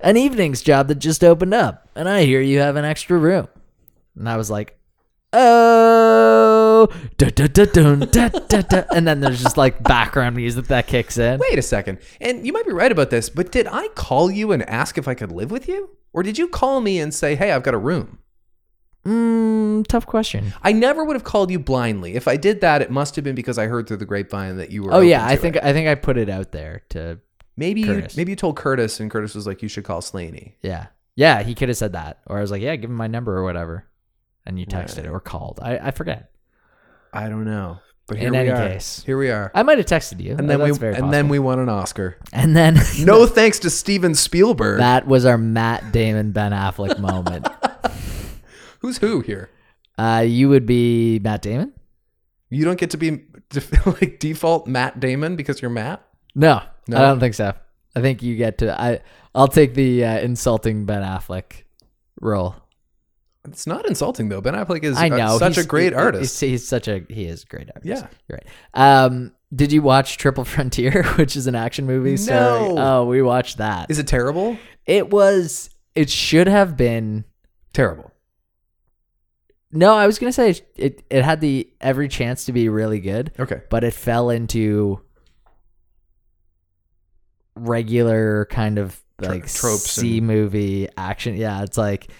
An evenings job that just opened up, and I hear you have an extra room. And I was like, oh, dun, dun, dun, dun, dun, dun, dun, and then there's just like background music that kicks in. Wait a second. And you might be right about this, but did I call you and ask if I could live with you? Or did you call me and say, hey, I've got a room? Mm, tough question. I never would have called you blindly. If I did that, it must have been because I heard through the grapevine that you were. Oh yeah, open to I think it. I think I put it out there to maybe you, Curtis. maybe you told Curtis, and Curtis was like, "You should call Slaney." yeah yeah he could have said that or I was like yeah give him my number or whatever, and you texted or called I I forget I don't know, but here In we any are. case. here we are, I might have texted you and then we that's and very then possible. we won an Oscar. and then No thanks to Steven Spielberg. that was our Matt Damon Ben Affleck moment. Who's who here? Uh, you would be Matt Damon. You don't get to be def- like default Matt Damon because you're Matt. No, No? I don't think so. I think you get to. I I'll take the uh, insulting Ben Affleck role. It's not insulting though. Ben Affleck is I uh, know such a he's- great he- artist. He's, he's such a he is a great artist. Yeah. you're right. Um, did you watch Triple Frontier, which is an action movie? starring- No. oh, we watched that. Is it terrible? it was. It should have been. Terrible. No, I was gonna say it. It, it had the every chance to be really good. Okay. but it fell into regular kind of Tro- like tropes and- C movie action. Yeah, it's like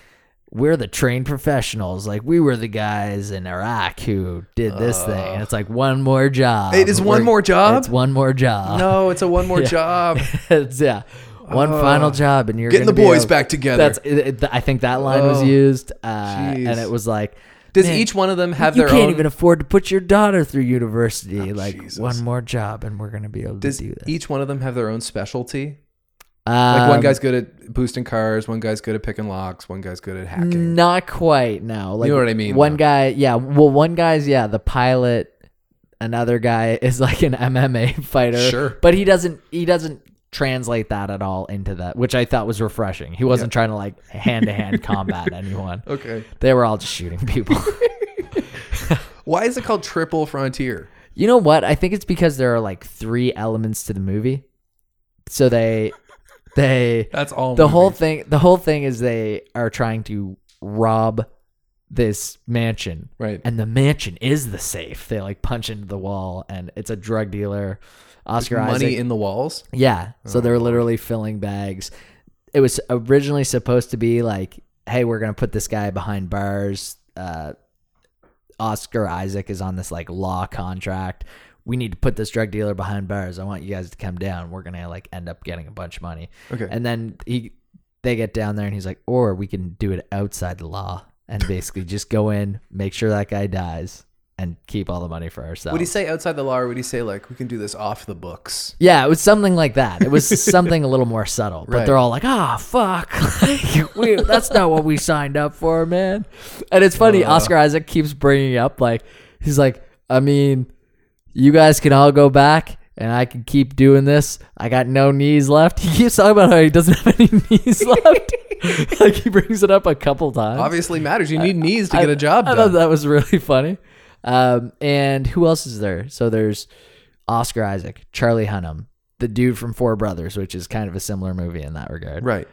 we're the trained professionals. Like we were the guys in Iraq who did this thing. And it's like one more job. Uh. It is one We're- more job? It's one more job. no, it's a one more Yeah. job. it's, yeah. One Ugh. final job, and you're Getting the gonna be boys a- back together. That's. It, it- I think that line was Oh, used, uh, and jeez. it was like, Does man, each one of them have you their can't own? Oh, even afford to put your daughter through university. like Jesus. one more job, and we're gonna be able does to do this. each one of them have their own specialty? um, Like one guy's good at boosting cars, one guy's good at picking locks, one guy's good at hacking. not quite. No, like know what I mean, One though. guy, yeah. Well, one guy's yeah the pilot. Another guy is like an MMA fighter. Sure. but he doesn't. He doesn't translate that at all into that, which I thought was refreshing. He wasn't trying to like hand to hand combat anyone. Okay. They were all just shooting people. Why is it called Triple Frontier? You know what? I think it's because there are like three elements to the movie. So they they That's all. the whole movies. thing the whole thing is they are trying to rob this mansion. Right. And the mansion is the safe. They like punch into the wall and it's a drug dealer. Oscar money Isaac. in Oh, the walls. yeah. So they're literally filling bags. It was originally supposed to be like, hey, we're gonna put this guy behind bars. Uh Oscar Isaac is on this like law contract. We need to put this drug dealer behind bars. I want you guys to come down. We're gonna like end up getting a bunch of money. Okay. And then he they get down there and he's like, or we can do it outside the law and basically just go in, make sure that guy dies, and keep all the money for ourselves. Would he say outside the law, or would he say like we can do this off the books? yeah, it was something like that. It was something a little more subtle, but Right. they're all like, "Ah, fuck, we, that's not what we signed up for, man." And it's funny, Uh. Oscar Isaac keeps bringing up like, he's like, "I mean, you guys can all go back." And I can keep doing this. I got no knees left. He keeps talking about how he doesn't have any knees left. like he brings it up a couple times. Obviously matters. You need knees to get a job I, I done. thought that was really funny. Um, and who else is there? So there's Oscar Isaac, Charlie Hunnam, the dude from Four Brothers, which is kind of a similar movie in that regard. Right.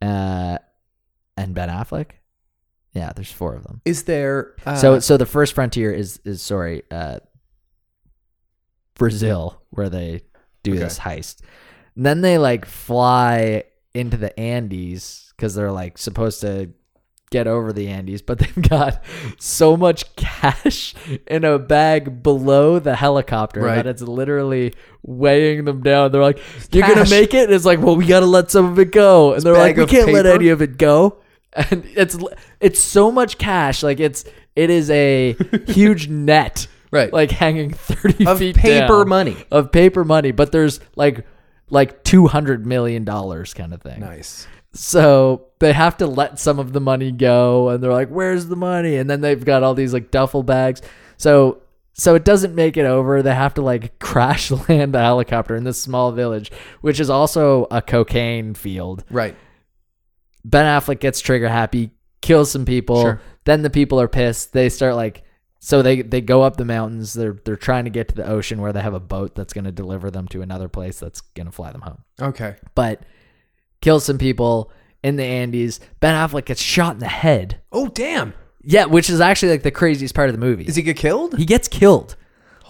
Uh, and Ben Affleck. Yeah, there's four of them. Is there uh, so so the first frontier is is sorry, uh, Brazil, where they do Okay. this heist. And then they like fly into the Andes because they're like supposed to get over the Andes, but they've got so much cash in a bag below the helicopter Right. that it's literally weighing them down. They're like, "You're gonna cash. make it," and it's like, "Well, we gotta let some of it go," and they're like, bag "We of can't let paper? any of it go," and it's it's so much cash, like it's it is a huge net, Right. Like hanging thirty Of feet paper down. money. of paper money, but there's like like two hundred million dollars kind of thing. nice? So they have to let some of the money go, and they're like, "Where's the money?" And then they've got all these like duffel bags. So so it doesn't make it over. They have to like crash land the helicopter in this small village, which is also a cocaine field. Right. Ben Affleck gets trigger happy, kills some people. Sure. Then the people are pissed. They start like so they they go up the mountains. They're they're trying to get to the ocean where they have a boat that's going to deliver them to another place that's going to fly them home Okay. but kills some people in the Andes. Ben Affleck gets shot in the head. Oh damn. Yeah, which is actually like the craziest part of the movie. Does he get killed? he gets killed.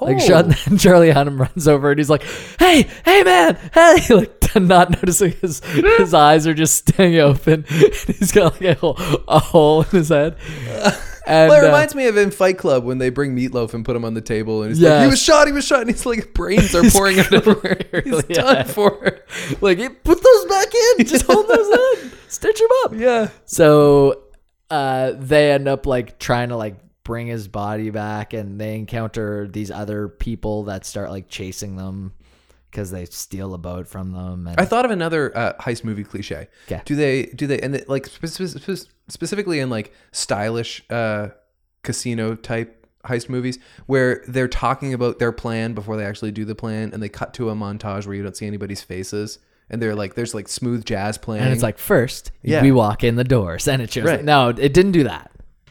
Like Sean, Charlie Hunnam runs over and he's like, "Hey, hey, man, hey!" Like not noticing his his eyes are just staying open. he's got like a hole, a hole in his head. And, Well, it uh, reminds me of in Fight Club when they bring Meatloaf and put him on the table, and he's like, Yes. "He was shot. He was shot." And he's like, "Brains are pouring out everywhere. He's really done are. for." like "Hey, put those back in. Just hold those in. Stitch them up. Yeah. So uh, they end up like trying to like bring his body back, and they encounter these other people that start like chasing them because they steal a boat from them. And I thought of another uh, heist movie cliche. Okay. Do they do they and they, like spe- spe- spe- specifically in like stylish uh, casino type heist movies where they're talking about their plan before they actually do the plan, and they cut to a montage where you don't see anybody's faces, and they're like, "There's like smooth jazz playing." And it's like first Yeah. we walk in the doors, and it shows. Right. No, it didn't do that.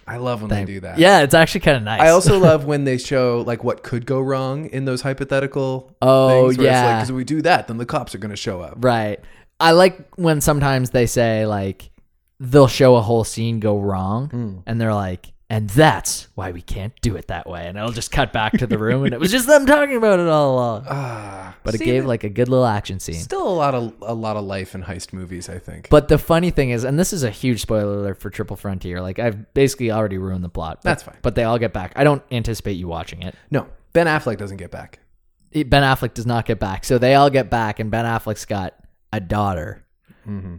I love when they do that. Yeah, it's actually kind of nice. I also love when they show like what could go wrong in those hypothetical. Oh, things where it's like, yeah. because if we do that, then the cops are going to show up. right. I like when sometimes they say like they'll show a whole scene go wrong, and they're like, and that's why we can't do it that way. And it'll just cut back to the room, and it was just them talking about it all along. but it see, gave that- like a good little action scene. Ah, Still a lot of a lot of life in heist movies, I think. But the funny thing is, and this is a huge spoiler alert for Triple Frontier. Like I've basically already ruined the plot. but- That's fine. But they all get back. I don't anticipate you watching it. no, Ben Affleck doesn't get back. Ben Affleck does not get back. So they all get back, and Ben Affleck's got a daughter.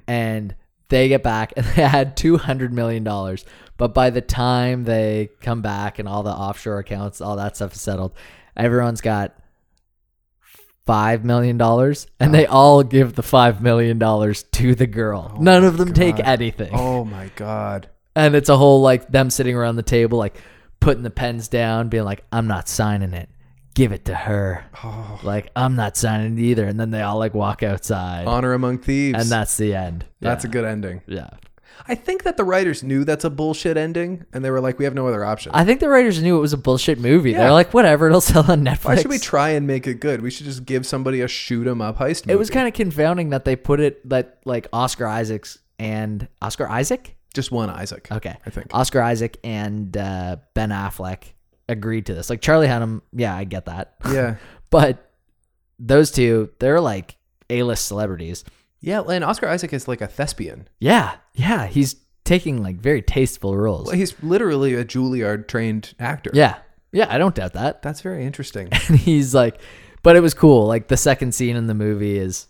And they get back, and they had $200 million. But by the time they come back and all the offshore accounts, all that stuff is settled, everyone's got $5 million. And they all give the $5 million to the girl. None of them take anything. Oh my god. And it's a whole like them sitting around the table, like putting the pens down, being like, I'm not signing it. Give it to her. Oh. Like, I'm not signing it either. And then they all like walk outside. Honor among thieves. and that's the end. that's a good ending. yeah. yeah. I think that the writers knew that's a bullshit ending, and they were like, "We have no other option. I think the writers knew it was a bullshit movie. Yeah. They're like, whatever, it'll sell on Netflix. Why should we try and make it good? We should just give somebody a shoot 'em up heist." Movie. it was kind of confounding that they put it that like Oscar Isaacs and Oscar Isaac? just one Isaac. Okay. I think. Oscar Isaac and uh, Ben Affleck agreed to this. Like Charlie Hunnam, yeah, I get that. Yeah. But those two, they're like A list celebrities. Yeah, and Oscar Isaac is like a thespian. Yeah, yeah. He's taking like very tasteful roles. Well, he's literally a Juilliard trained actor. yeah, yeah. I don't doubt that. That's very interesting. And he's like, but it was cool. Like the second scene in the movie is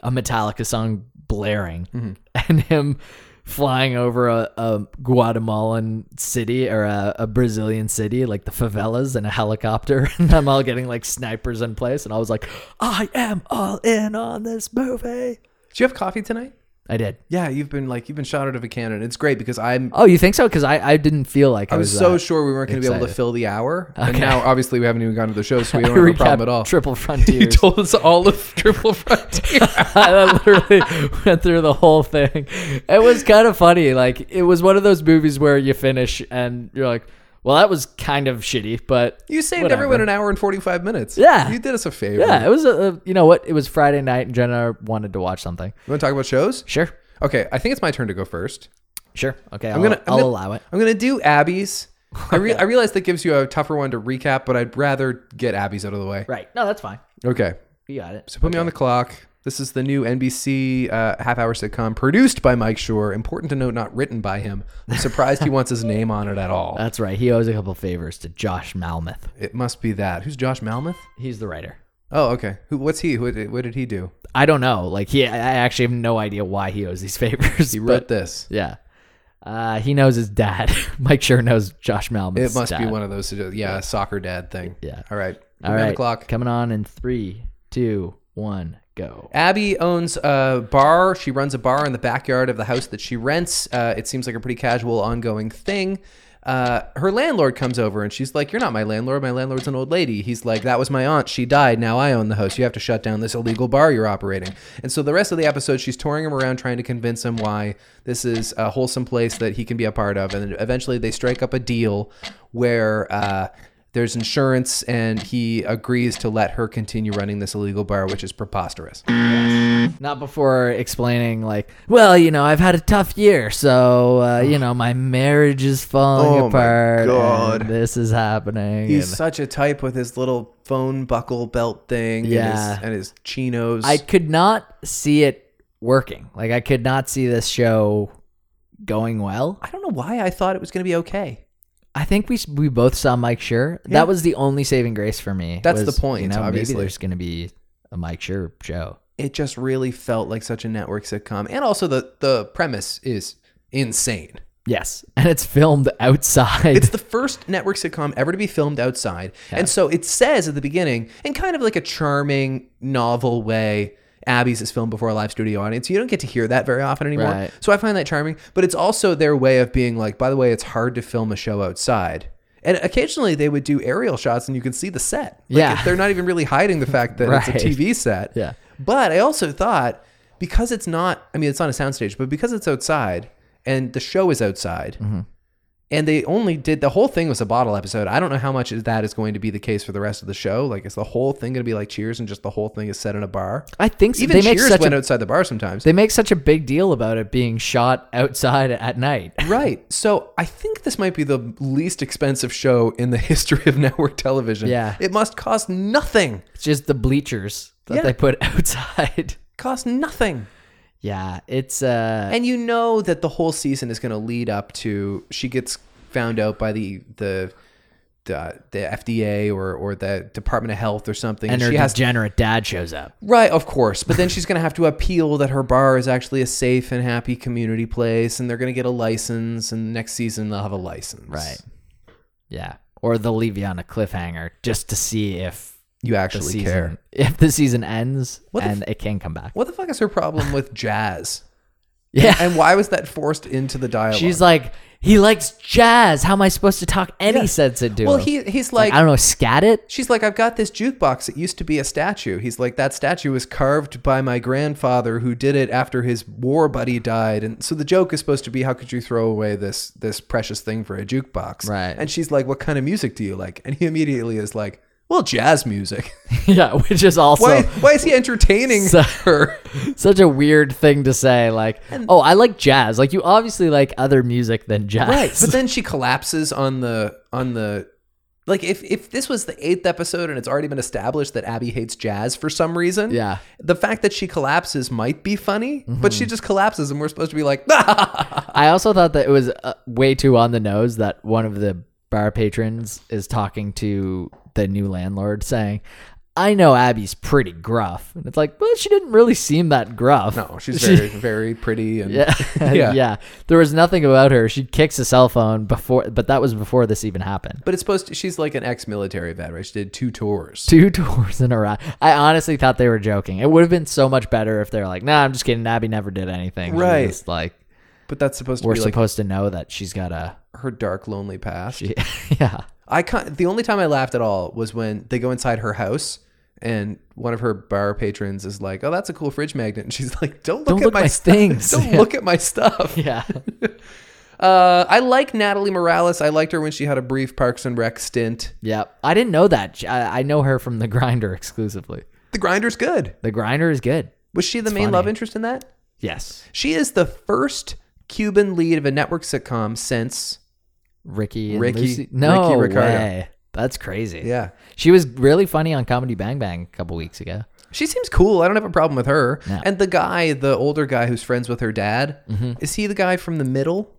a Metallica song blaring and him flying over a, a Guatemalan city or a, a Brazilian city, like the favelas in a helicopter. And them all getting like snipers in place. And I was like, I am all in on this movie. Do you have coffee tonight? I did. Yeah, you've been like you've been shot out of a cannon. It's great because I'm Oh, you think so? Because I, I didn't feel like I, uh, I was so that. sure we weren't going to be able to excited. fill the hour, and Okay. now obviously we haven't even gone to the show, so we I don't have a recapped problem at all. Triple Frontiers. told us all of Triple Frontier. I literally went through the whole thing. It was kind of funny. Like it was one of those movies where you finish and you're like, "Well, that was kind of shitty," but you saved Whatever. everyone an hour and forty five minutes. Yeah. you did us a favor. yeah, it was a, a- you know what? It was Friday night, and Jenna wanted to watch something. You want to talk about shows? Sure, Okay, I think it's my turn to go first. sure, okay. I'll, I'm gonna. I'm I'll gonna- allow it. I'm gonna do Abby's. I, re- I realize that gives you a tougher one to recap, but I'd rather get Abby's out of the way. Right? No, that's fine. Okay, You got it. So put me on the clock. This is the new NBC uh, half-hour sitcom produced by Mike Shore. Important to note, not written by him. I'm surprised he wants his name on it at all. That's right. He owes a couple favors to Josh Malmuth. It must be that. Who's Josh Malmuth? He's the writer. Oh, okay. Who? What's he? What, what did he do? I don't know. Like he, I actually have no idea why he owes these favors. He but- wrote this. Yeah. Uh, he knows his dad. Mike sure knows Josh Malmuth. It must be one of those. Yeah, soccer dad thing. Yeah. All right. Put All me right, on the clock. coming on in three, two, one, go. Abby owns a bar. She runs a bar in the backyard of the house that she rents. Uh, it seems like a pretty casual, ongoing thing. Uh, her landlord comes over and she's like, You're not my landlord. My landlord's an old lady. He's like, That was my aunt. She died. Now I own the house. You have to shut down this illegal bar you're operating. And so the rest of the episode, she's touring him around trying to convince him why this is a wholesome place that he can be a part of. And eventually they strike up a deal where. Uh, There's insurance, and he agrees to let her continue running this illegal bar, which is preposterous. Not before explaining, like, well, you know, I've had a tough year, so uh, you know, my marriage is Oh falling my apart. and God. this is happening. He's and such a type with his little phone buckle belt thing and, Yeah. his, and his chinos. I could not see it working. Like, I could not see this show going well. I don't know why I thought it was going to be okay. I think we we both saw Mike Sure. Yeah. That was the only saving grace for me. That's was, the point, You know, obviously. maybe there's going to be a Mike Sure show. It just really felt like such a network sitcom. And also, the, the premise is insane. Yes, and it's filmed outside. It's the first network sitcom ever to be filmed outside. And so it says at the beginning, in kind of like a charming, novel way, Abby's is filmed before a live studio audience. You don't get to hear that very often anymore. Right. So I find that charming. But it's also their way of being like, by the way, it's hard to film a show outside. And occasionally they would do aerial shots and you can see the set. Like, Yeah. They're not even really hiding the fact that Right. it's a TV set. Yeah. But I also thought because it's not, I mean, it's on a soundstage, but because it's outside and the show is outside, Mm-hmm. and they only did the whole thing was a bottle episode. I don't know how much of that is going to be the case for the rest of the show. Like, is the whole thing going to be like Cheers and just the whole thing is set in a bar? I think so. Even they make Cheers such went a outside the bar sometimes. they make such a big deal about it being shot outside at night. right. So I think this might be the least expensive show in the history of network television. Yeah. It must cost nothing. It's just the bleachers that Yeah. they put outside. Cost nothing. yeah, it's uh And you know that the whole season is going to lead up to she gets found out by the the the, the FDA or or the Department of Health or something, and her she has degenerate dad shows up. right, of course. But then she's going to have to appeal that her bar is actually a safe and happy community place, and they're going to get a license. And next season they'll have a license, Right. Yeah. Or they'll leave you on a cliffhanger just to see if You the actually season care. if the season ends What the and it can come back. What the fuck is her problem with jazz? yeah. And why was that forced into the dialogue? She's like, he likes jazz. How am I supposed to talk any sense into well, him? he he's like, like, I don't know, scat it? She's like, I've got this jukebox. It used to be a statue. He's like, that statue was carved by my grandfather who did it after his war buddy died. And so the joke is supposed to be, how could you throw away this this precious thing for a jukebox? Right. And she's like, what kind of music do you like? And he immediately is like, well, jazz music. yeah, which is also Why, why is he entertaining So- her? such a weird thing to say. Like, oh, I like jazz. Like, you obviously like other music than jazz. Right. But then she collapses on the on the like if if this was the eighth episode and it's already been established that Abby hates jazz for some reason, Yeah. the fact that she collapses might be funny, but she just collapses and we're supposed to be like, I also thought that it was uh, way too on the nose that one of the bar patrons is talking to the new landlord saying, I know Abby's pretty gruff. And it's like, well, she didn't really seem that gruff. no, she's very very pretty and Yeah. Yeah. yeah. There was nothing about her. She kicks a cell phone before, but that was before this even happened. But it's supposed to, she's like an ex-military vet, right? She did two tours. Two tours in a row. I honestly thought they were joking. It would have been so much better if they were like, nah, I'm just kidding. Abby never did anything. She Right. just, like, But that's supposed to we're be like supposed to know that she's got a. her dark lonely past. yeah. I can the only time I laughed at all was when they go inside her house and one of her bar patrons is like, "Oh, that's a cool fridge magnet." And she's like, "Don't look Don't at look my, my stuff. things." Don't Yeah. look at my stuff." Yeah. Uh, I like Natalie Morales. I liked her when she had a brief Parks and Rec stint. Yep. I didn't know that. I, I know her from The Grinder exclusively. The Grinder's good. The Grinder is good. Was she the main love interest in that? Yes. She is the first Cuban lead of a network sitcom since Ricky and Ricky- Lucy. No Ricky Ricardo. way. That's crazy. yeah. She was really funny on Comedy Bang Bang a couple weeks ago. She seems cool. I don't have a problem with her. No. Mm-hmm. And the guy, the older guy who's friends with her dad, is he the guy from the middle?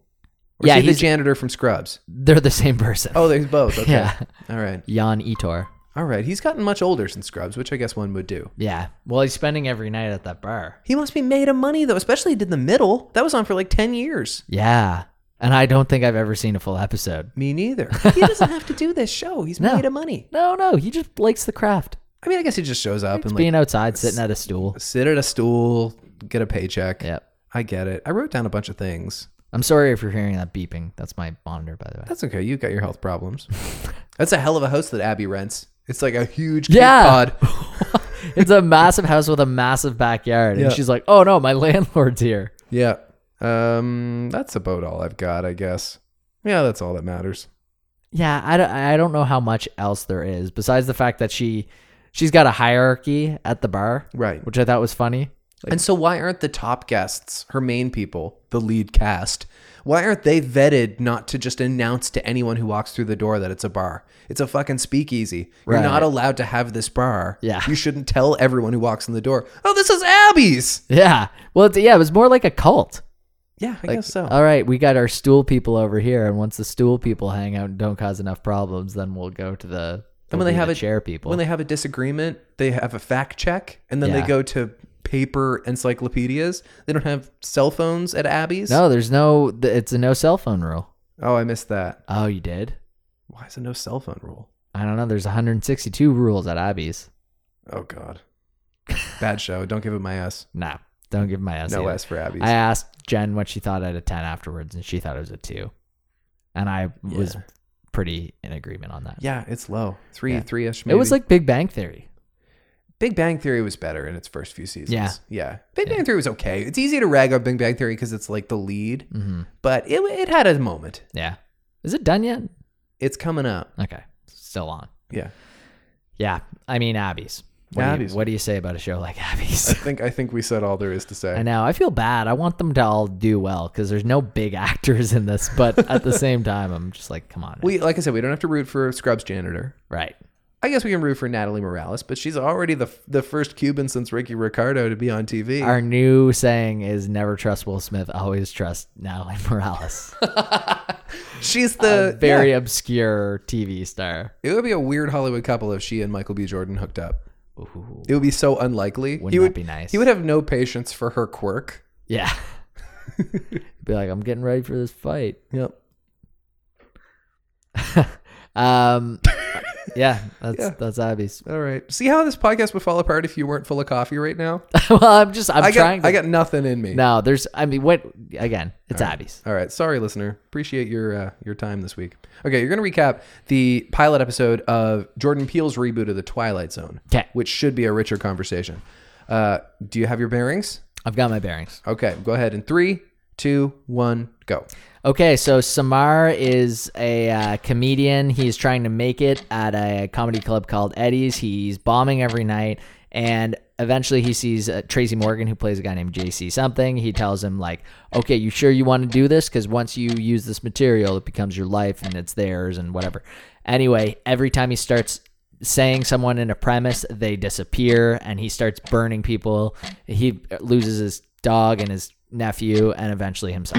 Or Yeah, is he the he's- janitor from Scrubs. They're the same person. Oh, there's both. Okay. Yeah. All right. Jan Itor. All right. He's gotten much older since Scrubs, which I guess one would do. Yeah. Well, he's spending every night at that bar. He must be made of money though, especially he did the middle. That was on for like ten years. Yeah. And I don't think I've ever seen a full episode. Me neither. He doesn't have to do this show. He's No. made of money. No, no. He just likes the craft. I mean, I guess he just shows up and like Being outside, sitting at a stool. sit at a stool, get a paycheck. Yep. I get it. I wrote down a bunch of things. I'm sorry if you're hearing that beeping. That's my monitor, by the way. That's okay. You got your health problems. That's a hell of a house that Abby rents. It's like a huge Yeah. yeah. pod. it's a massive house with a massive backyard. Yeah. And she's like, oh no, my landlord's here. Yeah. Um, that's about all I've got, I guess. Yeah, that's all that matters. Yeah, I don't, I don't know how much else there is besides the fact that she she's got a hierarchy at the bar, Right. Which I thought was funny. and so why aren't the top guests, her main people, the lead cast, why aren't they vetted not to just announce to anyone who walks through the door that it's a bar? It's a fucking speakeasy. You're Right. not allowed to have this bar. Yeah. You shouldn't tell everyone who walks in the door, oh, this is Abby's. Yeah, well, it's, yeah, it was more like a cult. Yeah, I guess so. All right, we got our stool people over here, and once the stool people hang out and don't cause enough problems, then we'll go to the. And when they have a a- chair people, when they have a disagreement, they have a fact check, and then Yeah. they go to paper encyclopedias. They don't have cell phones at Abby's. no, there's no. th- It's a no cell phone rule. Oh, I missed that. Oh, you did? Why is there no cell phone rule? I don't know. There's 162 rules at Abby's. Oh God. Bad show. Don't give it my S. Nah, don't give my ass. No either. S for Abby's. I asked Jen what she thought out of 10 afterwards, and she thought it was a 2. And I was Yeah. pretty in agreement on that. yeah, it's low. Three, Yeah. three ish. it was like Big Bang Theory. Big Bang Theory was better in its first few seasons. Yeah. yeah. Big Bang Theory was okay. It's easy to rag on Big Bang Theory because it's like the lead, hmm but it it had a moment. Yeah. Is it done yet? It's coming up. Okay. Still on. Yeah, Yeah. I mean, Abby's. What, do, Abby's. you, what do you say about a show like I Abby's? think I think we said all there is to say. I know. I feel bad. I want them to all do well because there's no big actors in this. But at the same time, I'm just like, come on. man. We like I said, we don't have to root for Scrubs janitor. right. I guess we can root for Natalie Morales, but she's already the the first Cuban since Ricky Ricardo to be on TV. Our new saying is never trust Will Smith, always trust Natalie Morales. she's the uh, Very Uh, yeah. obscure TV star. It would be a weird Hollywood couple if she and Michael B. Jordan hooked up. It would be so unlikely. Wouldn't he that would be nice? He would have no patience for her quirk. Yeah. Be like, I'm getting ready for this fight. Yep. Um, yeah, that's Yeah. that's Abby's. All right. See how this podcast would fall apart if you weren't full of coffee right now. well, I'm just I'm I trying. got to, I got nothing in me. no. There's I mean what again? It's Abby's. All right, sorry, listener. Appreciate your uh, your time this week. Okay, you're going to recap the pilot episode of Jordan Peele's reboot of The Twilight Zone, 'Kay. which should be a richer conversation. Uh, do you have your bearings? I've got my bearings. Okay, go ahead. In three, two, one, go. Okay, so Samar is a uh, comedian. He's trying to make it at a comedy club called Eddie's. He's bombing every night, and eventually he sees uh, Tracy Morgan, who plays a guy named JC something. He tells him like, "Okay, you sure you want to do this? Because once you use this material, it becomes your life and it's theirs and whatever." Anyway, every time he starts saying someone in a premise, they disappear, and he starts burning people. He uh, loses his dog and his nephew, and eventually himself.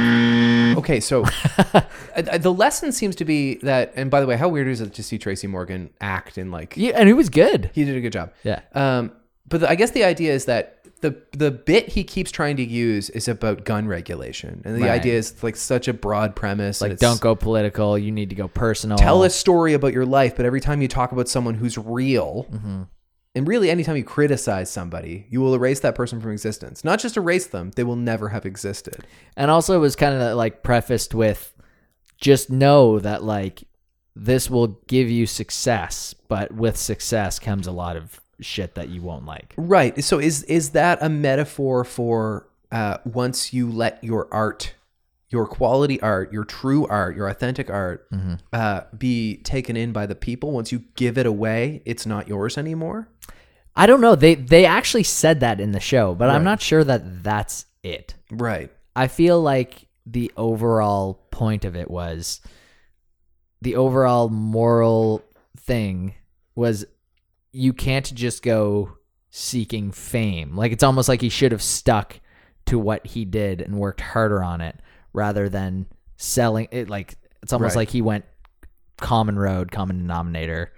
Okay, so uh, uh, the lesson seems to be that. And by the way, how weird is it to see Tracy Morgan act in like Yeah, and it was good. he did a good job. Yeah. Um, but the, I guess the idea is that the the bit he keeps trying to use is about gun regulation, and the Right. idea is it's like such a broad premise. and Like, it's- don't go political. You need to go personal. tell a story about your life, but every time you talk about someone who's real, Mm-hmm. and really anytime you criticize somebody, you will erase that person from existence. Not just erase them; they will never have existed. And also, it was kind of like prefaced with just know that, like, this will give you success, but with success comes a lot of shit that you won't like. Right. So is is that a metaphor for uh, once you let your art, your quality art, your true art, your authentic art, uh, be taken in by the people? Once you give it away, it's not yours anymore. I don't know. They they actually said that in the show, but I'm not sure that that's it. Right. I feel like the overall point of it was the overall moral thing was you can't just go seeking fame. Like it's almost like he should have stuck to what he did and worked harder on it rather than selling it like it's almost Right. like he went common road, common denominator.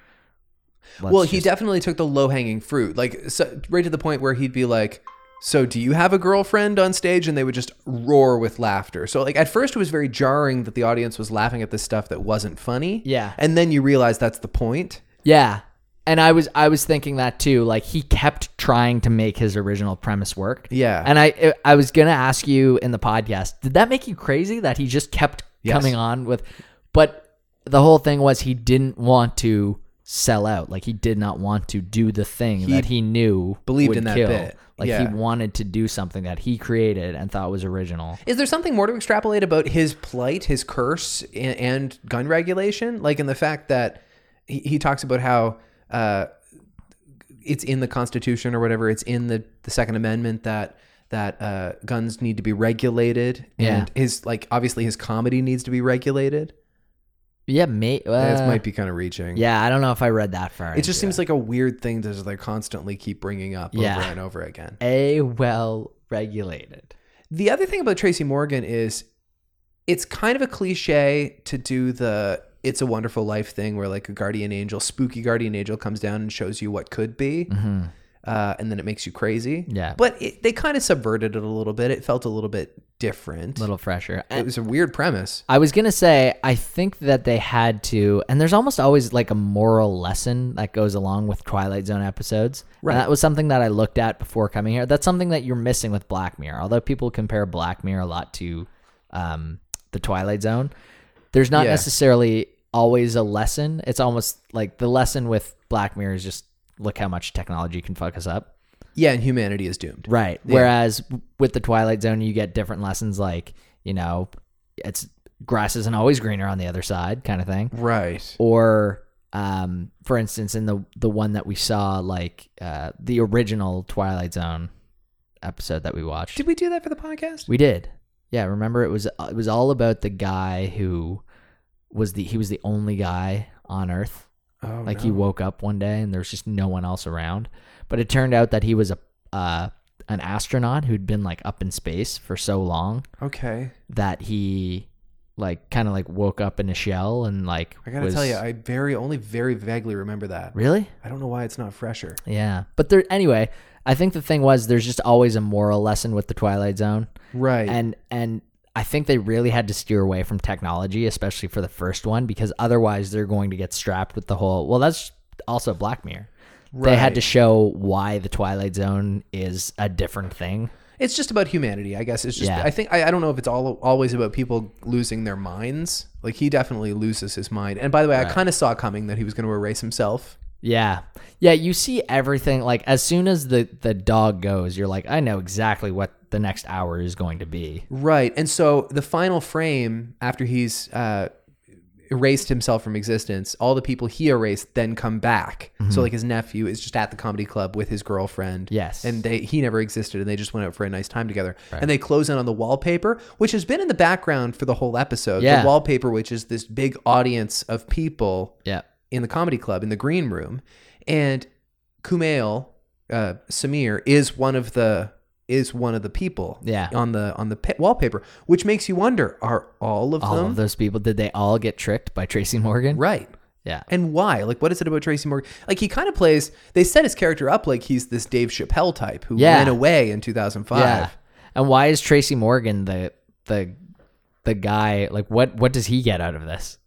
Let's well, he just- definitely took the low hanging fruit, like so, right to the point where he'd be like, "So, do you have a girlfriend?" on stage, and they would just roar with laughter. So, like at first, it was very jarring that the audience was laughing at this stuff that wasn't funny. Yeah. and then you realize that's the point. Yeah. And I was I was thinking that too. Like he kept trying to make his original premise work. Yeah. And I I was gonna ask you in the podcast, did that make you crazy that he just kept Yes. coming on with but the whole thing was he didn't want to sell out. Like he did not want to do the thing He that he knew believed would in that kill. bit. Like Yeah. he wanted to do something that he created and thought was original. Is there something more to extrapolate about his plight, his curse, and, and gun regulation? Like in the fact that he, he talks about how uh, it's in the Constitution or whatever, it's in the, the Second Amendment that that uh, guns need to be regulated, and his like obviously his comedy needs to be regulated. Yeah, mate. That Uh, might be kind of reaching. yeah, I don't know if I read that far. It just seems like a weird thing to just, like constantly keep bringing up Yeah. over and over again. a well regulated. The other thing about Tracy Morgan is it's kind of a cliche to do the it's a wonderful life thing where like a guardian angel, spooky guardian angel comes down and shows you what could be. Uh, and then it makes you crazy. Mm-hmm. Yeah. But it, they kind of subverted it a little bit. It felt a little bit different. A little fresher. It was a weird premise. I was gonna say, I think that they had to, and there's almost always like a moral lesson that goes along with Twilight Zone episodes. Right. that was something that I looked at before coming here. That's something that you're missing with Black Mirror. Although people compare Black Mirror a lot to um, the Twilight Zone, there's not Yeah. necessarily always a lesson. It's almost like the lesson with Black Mirror is just look how much technology can fuck us up. Yeah, and humanity is doomed. Right. Whereas with the Twilight Zone, you get different lessons like, you know, it's grass isn't always greener on the other side kind of thing. Right. Or, um, for instance, in the, the one that we saw, like uh, the original Twilight Zone episode that we watched. Did we do that for the podcast? We did. Yeah, remember it was it was all about the guy who was the he was the only guy on earth oh, like he woke up one day and there was just no one else around. But it turned out that he was a uh, an astronaut who'd been like up in space for so long Okay. that he like kind of like woke up in a shell and like I gotta was- tell you, I very only very vaguely remember that. really I don't know why it's not fresher. yeah. But there anyway, I think the thing was there's just always a moral lesson with the Twilight Zone. Right. and and I think they really had to steer away from technology, especially for the first one, because otherwise they're going to get strapped with the whole. Well, that's also Black Mirror. They had Right. to show why the Twilight Zone is a different thing. It's just about humanity, I guess. It's just Yeah. I think I, I don't know if it's all always about people losing their minds. Like he definitely loses his mind. And by the way, I kind of saw coming that he was going to erase himself. Yeah, yeah. You see everything. Like as soon as the the dog goes, you're like, I know exactly what the next hour is going to be. Right. And so the final frame after he's uh, erased himself from existence, all the people he erased then come back. Mm-hmm. So like his nephew is just at the comedy club with his girlfriend. Yes. And they he never existed and they just went out for a nice time together. And they close in on the wallpaper, which has been in the background for the whole episode. Yeah. The wallpaper which is this big audience of people Yeah, in the comedy club in the green room, and Kumail uh, Samir is one of the is one of the people Yeah. on the on the pa- wallpaper, which makes you wonder: Are all of all them of those people did they all get tricked by Tracy Morgan? right? Yeah, And why? Like, what is it about Tracy Morgan? Like, he kind of plays. They set his character up like he's this Dave Chappelle type who Yeah. ran away in 2005. Yeah. And why is Tracy Morgan the the the guy like what what does he get out of this?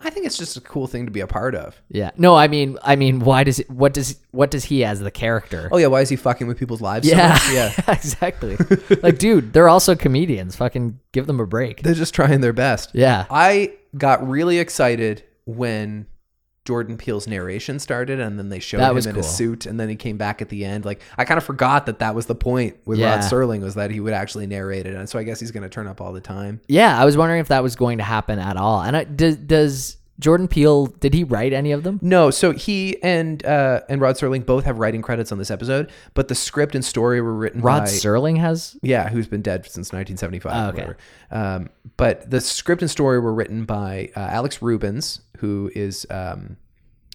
I think it's just a cool thing to be a part of. Yeah. No, I mean I mean why does it what does what does he as the character? Oh yeah, why is he fucking with people's lives? so yeah. much? yeah. exactly. like dude, they're also comedians. Fucking give them a break. They're just trying their best. Yeah. I got really excited when Jordan Peele's narration started, and then they showed That him was in a cool. suit, and then he came back at the end. Like I kind of forgot that that was the point with Yeah. Rod Serling was that he would actually narrate it, and so I guess he's going to turn up all the time. Yeah, I was wondering if that was going to happen at all. And I, does does Jordan Peele did he write any of them? No, so he and uh, and Rod Serling both have writing credits on this episode, but the script and story were written Rod by Serling has yeah, who's been dead since 1975. Oh, or okay. whatever. Um, but the script and story were written by uh, Alex Rubens, who is um,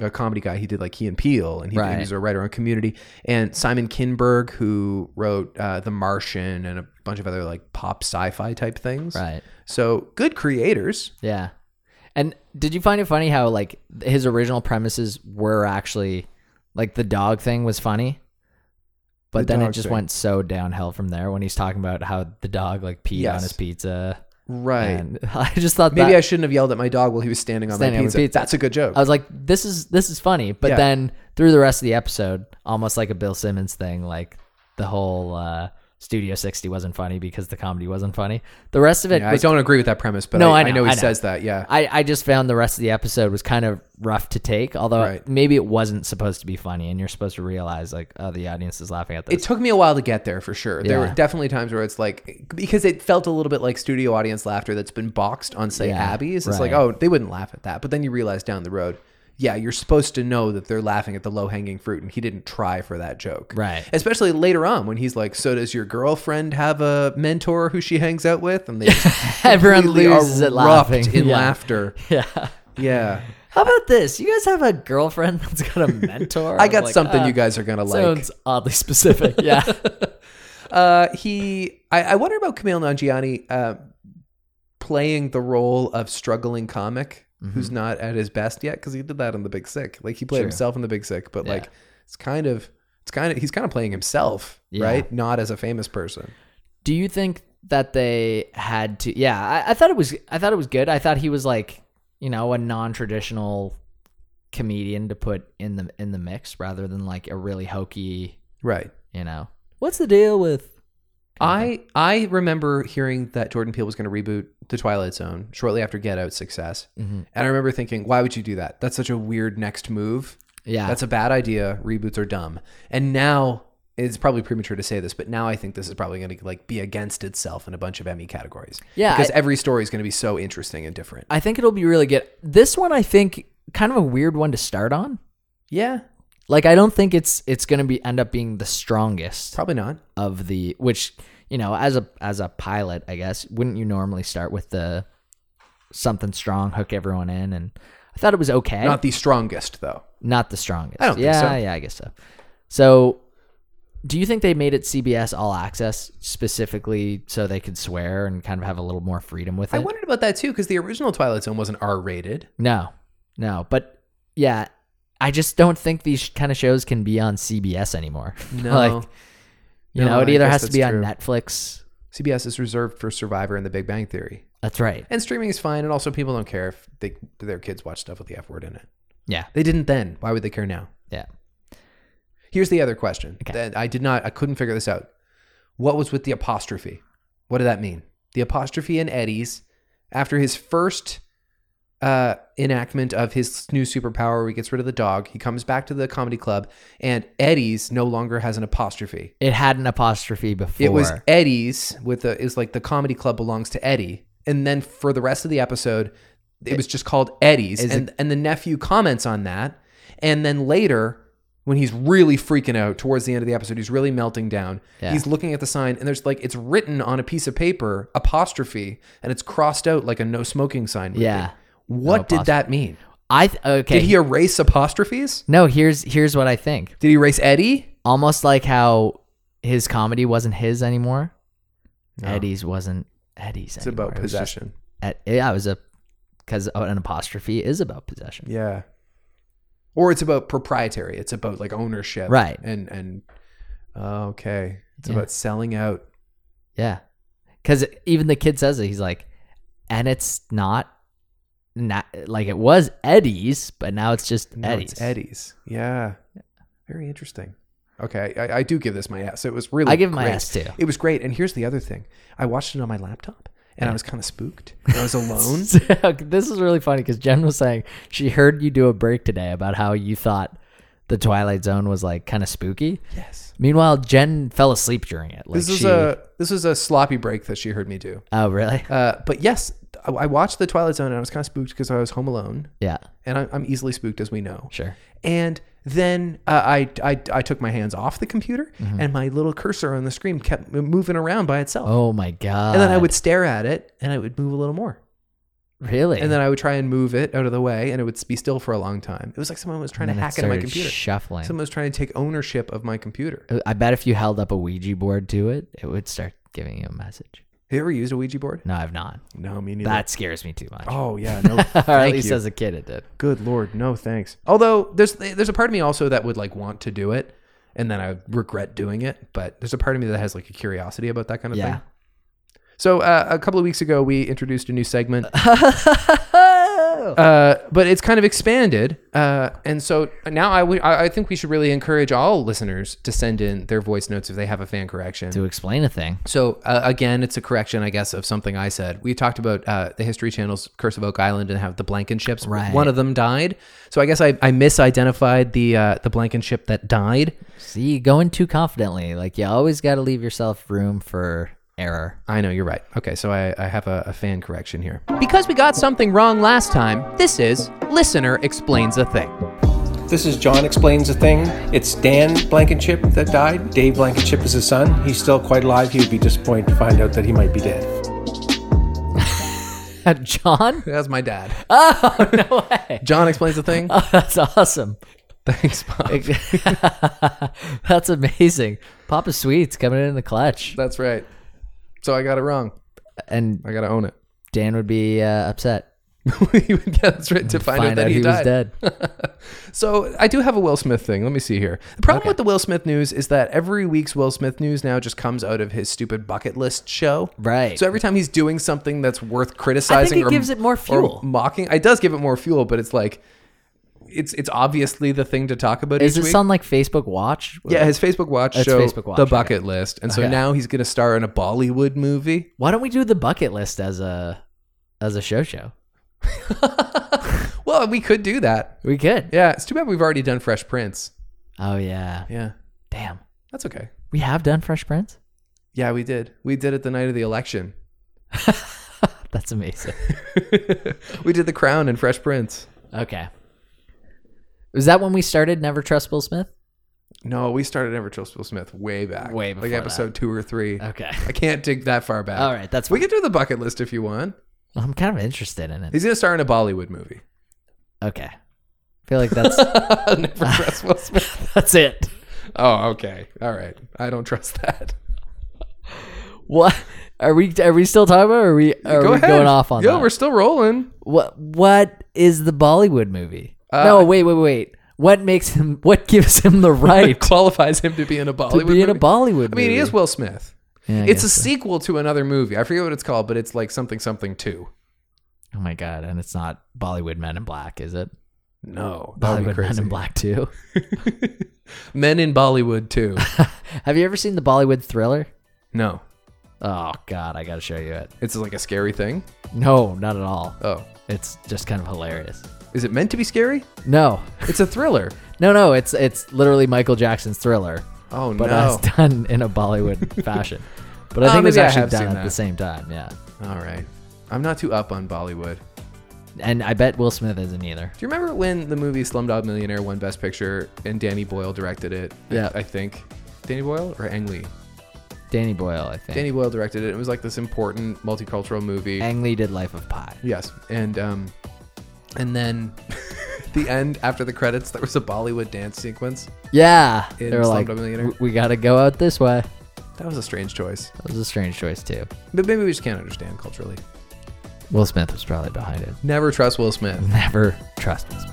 a comedy guy. He did like Key and Peele, and he, Right. he was a writer on Community. And Simon Kinberg, who wrote uh, The Martian and a bunch of other like pop sci-fi type things. Right. So good creators. Yeah. And did you find it funny how like his original premises were actually like the dog thing was funny? But The then it dog just thing. went so downhill from there when he's talking about how the dog like peed on Yes. his pizza. Right. And I just thought Maybe that, I shouldn't have yelled at my dog while he was standing on Standing my on the pizza. pizza. That's a good joke. I was like, this is this is funny. But Yeah. then through the rest of the episode, almost like a Bill Simmons thing, like the whole uh Studio 60 wasn't funny because the comedy wasn't funny. The rest of it Yeah, I was don't agree with that premise, but No, I, I I know, know, he I know. says that. Yeah. I, I just found the rest of the episode was kind of rough to take, although Right. maybe it wasn't supposed to be funny, and you're supposed to realize like, oh, the audience is laughing at this. it took me a while to get there for sure. There were Yeah. definitely times where it's like because it felt a little bit like studio audience laughter that's been boxed on say Yeah, Abby's. It's like, right. oh, they wouldn't laugh at that. But then you realize down the road, yeah, you're supposed to know that they're laughing at the low hanging fruit and he didn't try for that joke. Right. Especially later on when he's like, So does your girlfriend have a mentor who she hangs out with? And they just Everyone completely loses it erupt laughing. in Yeah. laughter. yeah. Yeah. How about this? You guys have a girlfriend that's got a mentor. I I'm got like, something ah, you guys are gonna like. Sounds oddly specific. Yeah. Uh, he, I, I wonder about Camille Nangiani uh, playing the role of struggling comic who's not at his best yet because he did that in The Big Sick. Like he played Mm-hmm. Sure. himself in The Big Sick, but Yeah. like it's kind of, it's kind of, he's kind of playing himself, Yeah. right? Not as a famous person. Do you think that they had to? Yeah, I, I thought it was. I thought it was good. I thought he was like, you know, a non-traditional comedian to put in the in the mix rather than like a really hokey. Right. You know, what's the deal with? I I remember hearing that Jordan Peele was going to reboot The Twilight Zone shortly after Get Out's success, Mm-hmm. and I remember thinking, why would you do that? That's such a weird next move. Yeah, That's a bad idea. Reboots are dumb. And now it's probably premature to say this, but now I think this is probably going to like be against itself in a bunch of Emmy categories. Yeah, because I- every story is going to be so interesting and different. I think it'll be really good. This one, I think, kind of a weird one to start on. yeah, Like, I don't think it's it's gonna be end up being the strongest. probably not. of the which you know as a as a pilot i guess wouldn't you normally start with the something strong hook everyone in and i thought it was okay Not not, the strongest though. the strongest I don't think yeah so. yeah i guess so so do you think they made it cbs all access specifically so they could swear and kind of have a little more freedom with it I wondered about that too because the original Twilight Zone wasn't R rated. no no but yeah i just don't think these kind of shows can be on cbs anymore No, like you No, know it I either guess has to that's be true. on netflix CBS is reserved for Survivor and The Big Bang Theory. that's right And streaming is fine, and also people don't care if they, their kids watch stuff with the F word in it. yeah They didn't then. Why would they care now? yeah Here's the other question Okay. that I did not, I couldn't figure this out. What was with the apostrophe? What did that mean? The apostrophe in Eddie's after his first uh, enactment of his new superpower, where he gets rid of the dog, he comes back to the comedy club, and Eddie's no longer has an apostrophe. It had an apostrophe before. It was Eddie's with the is like the comedy club belongs to Eddie, and then for the rest of the episode, it was just called Eddie's, and and the nephew comments on that, and then later when he's really freaking out towards the end of the episode, he's really melting down. Yeah. He's looking at the sign, and there's like it's written on a piece of paper apostrophe, and it's crossed out like a no smoking sign. would be. Yeah. What No did that mean? I th- okay. Did he erase apostrophes? no, here's here's what I think. Did he erase Eddie? Almost like how his comedy wasn't his anymore. No. Eddie's wasn't Eddie's. Oh. It's about possession. yeah, it was a because an apostrophe is about possession. Yeah. Or it's about proprietary. It's about like ownership. Right. And and oh, okay. It's Yeah. about selling out. Yeah, because even the kid says it. He's like, and it's not. Not like it was Eddie's, but now it's just No, Eddie's. It's Eddie's. Yeah. Very interesting. Okay. I, I do give this my S. It was really I give my great. ass too. It was great. And here's the other thing. I watched it on my laptop and I was kind of spooked. And I was alone. So, this is really funny because Jen was saying she heard you do a break today about how you thought the Twilight Zone was like kind of spooky. yes. Meanwhile, Jen fell asleep during it. Like This is she, a this is a sloppy break that she heard me do. oh really? Uh, but yes, I, I watched The Twilight Zone and I was kind of spooked because I was home alone, Yeah, and I, I'm easily spooked as we know. sure. And then uh, I, I I took my hands off the computer, and my little cursor on the screen kept m- moving around by itself. Oh my god! And then I would stare at it, and it would move a little more. really, And then I would try and move it out of the way, and it would be still for a long time. It was like someone was trying to And then it hack into my started computer. shuffling. Someone was trying to take ownership of my computer. I bet if you held up a Ouija board to it, it would start giving you a message. Have you ever used a Ouija board? No, I've not. No, me neither. That scares me too much. oh yeah, no. or at thank least you. as a kid, it did. Good lord, no thanks. Although there's there's a part of me also that would like want to do it, and then I would regret doing it. But there's a part of me that has like a curiosity about that kind of Yeah. thing. So uh, a couple of weeks ago, we introduced a new segment Uh, but it's kind of expanded, uh, and so now I would- I- I think we should really encourage all listeners to send in their voice notes if they have a fan correction. to explain a thing. So uh, again, it's a correction, I guess, of something I said. We talked about uh, the History Channel's Curse of Oak Island and how the Blankenships, Right. one of them died. So I guess I, I misidentified the uh, the Blankenship that died. See, going too confidently. Like you always got to leave yourself room for error. I know you're right. Okay, so I, I have a, a fan correction here. Because we got something wrong last time, this is listener explains a thing. This is John Explains a Thing. It's Dan Blankenship that died. Dave Blankenship is his son. He's still quite alive. He would be disappointed to find out that he might be dead. John, That's my dad. Oh no way! John explains a thing. that's awesome. Thanks, Pop. That's amazing. Papa Sweets coming in the clutch, That's right. So I got it wrong. and I gotta own it. Dan would be uh, upset. He would- yeah, that's right. To find, Find out that out he, he, was died. dead. So I do have a Will Smith thing. Let me see here. The problem with the Will Smith news is that every week's Will Smith news now just comes out of his stupid bucket list show. Right. So every time he's doing something that's worth criticizing, it or, gives it more or fuel. mocking. It does give it more fuel, but it's like it's it's obviously the thing to talk about. Is each this week. on like Facebook Watch? Yeah, his Facebook Watch It's show, Facebook Watch, the okay. bucket list, and so now he's going to star in a Bollywood movie. Why don't we do the bucket list as a as a show show? Well, we could do that. We could. Yeah, it's too bad we've already done Fresh Prince. Oh yeah. Yeah, Damn. that's okay. We have done Fresh Prince. Yeah, we did. We did it the night of the election. That's amazing. we did The Crown and Fresh Prince. okay. Was that when we started Never Trust Will Smith? No, we started Never Trust Will Smith way back. Way Like before episode two or three. Okay. I can't dig that far back. All right. That's We can do the bucket list if you want. Well, I'm kind of interested in it. He's going to star in a Bollywood movie. Okay. I feel like that's Never trust Will Smith. that's it. Oh, okay. All right. I don't trust that. What are we are we still talking about or are we are Go we ahead. going off on Yo, that? we're still rolling. What what is the Bollywood movie? Uh, no, wait, wait, wait. What makes him what gives him the right Qualifies him to be in a Bollywood to be in a movie. Bollywood I mean, he movie? is Will Smith. Yeah, I it's a guess so. sequel to another movie. I forget what it's called, but it's like something something two. Oh my god, and it's not Bollywood Men in Black, is it? No, that would be Bollywood Men crazy. in Black 2. Men in Bollywood too. Have you ever seen the Bollywood thriller? no, Oh god, I got to show you it. it's like a scary thing. No, not at all. Oh, It's just kind of hilarious. is it meant to be scary? No. It's a thriller. No, no, it's it's literally Michael Jackson's thriller, Oh but no! as done in a Bollywood fashion. But I Oh, think it was maybe I actually have done seen at that. the same time, yeah. All right, I'm not too up on Bollywood. And I bet Will Smith isn't either. Do you remember when the movie Slumdog Millionaire won Best Picture and Danny Boyle directed it? I- Yeah. I, think Danny Boyle or Ang Lee. Danny Boyle, I think. Danny Boyle directed it. It was like this important multicultural movie. Ang Lee did Life of Pi. Yes, and um, and then the end after the credits, there was a Bollywood dance sequence. Yeah, In they were like, Slumdog Millionaire. "We- we gotta go out this way. That was a strange choice, That was a strange choice too. but maybe we just can't understand culturally. Will Smith was probably behind it. Never trust Will Smith. Never trust Will Smith.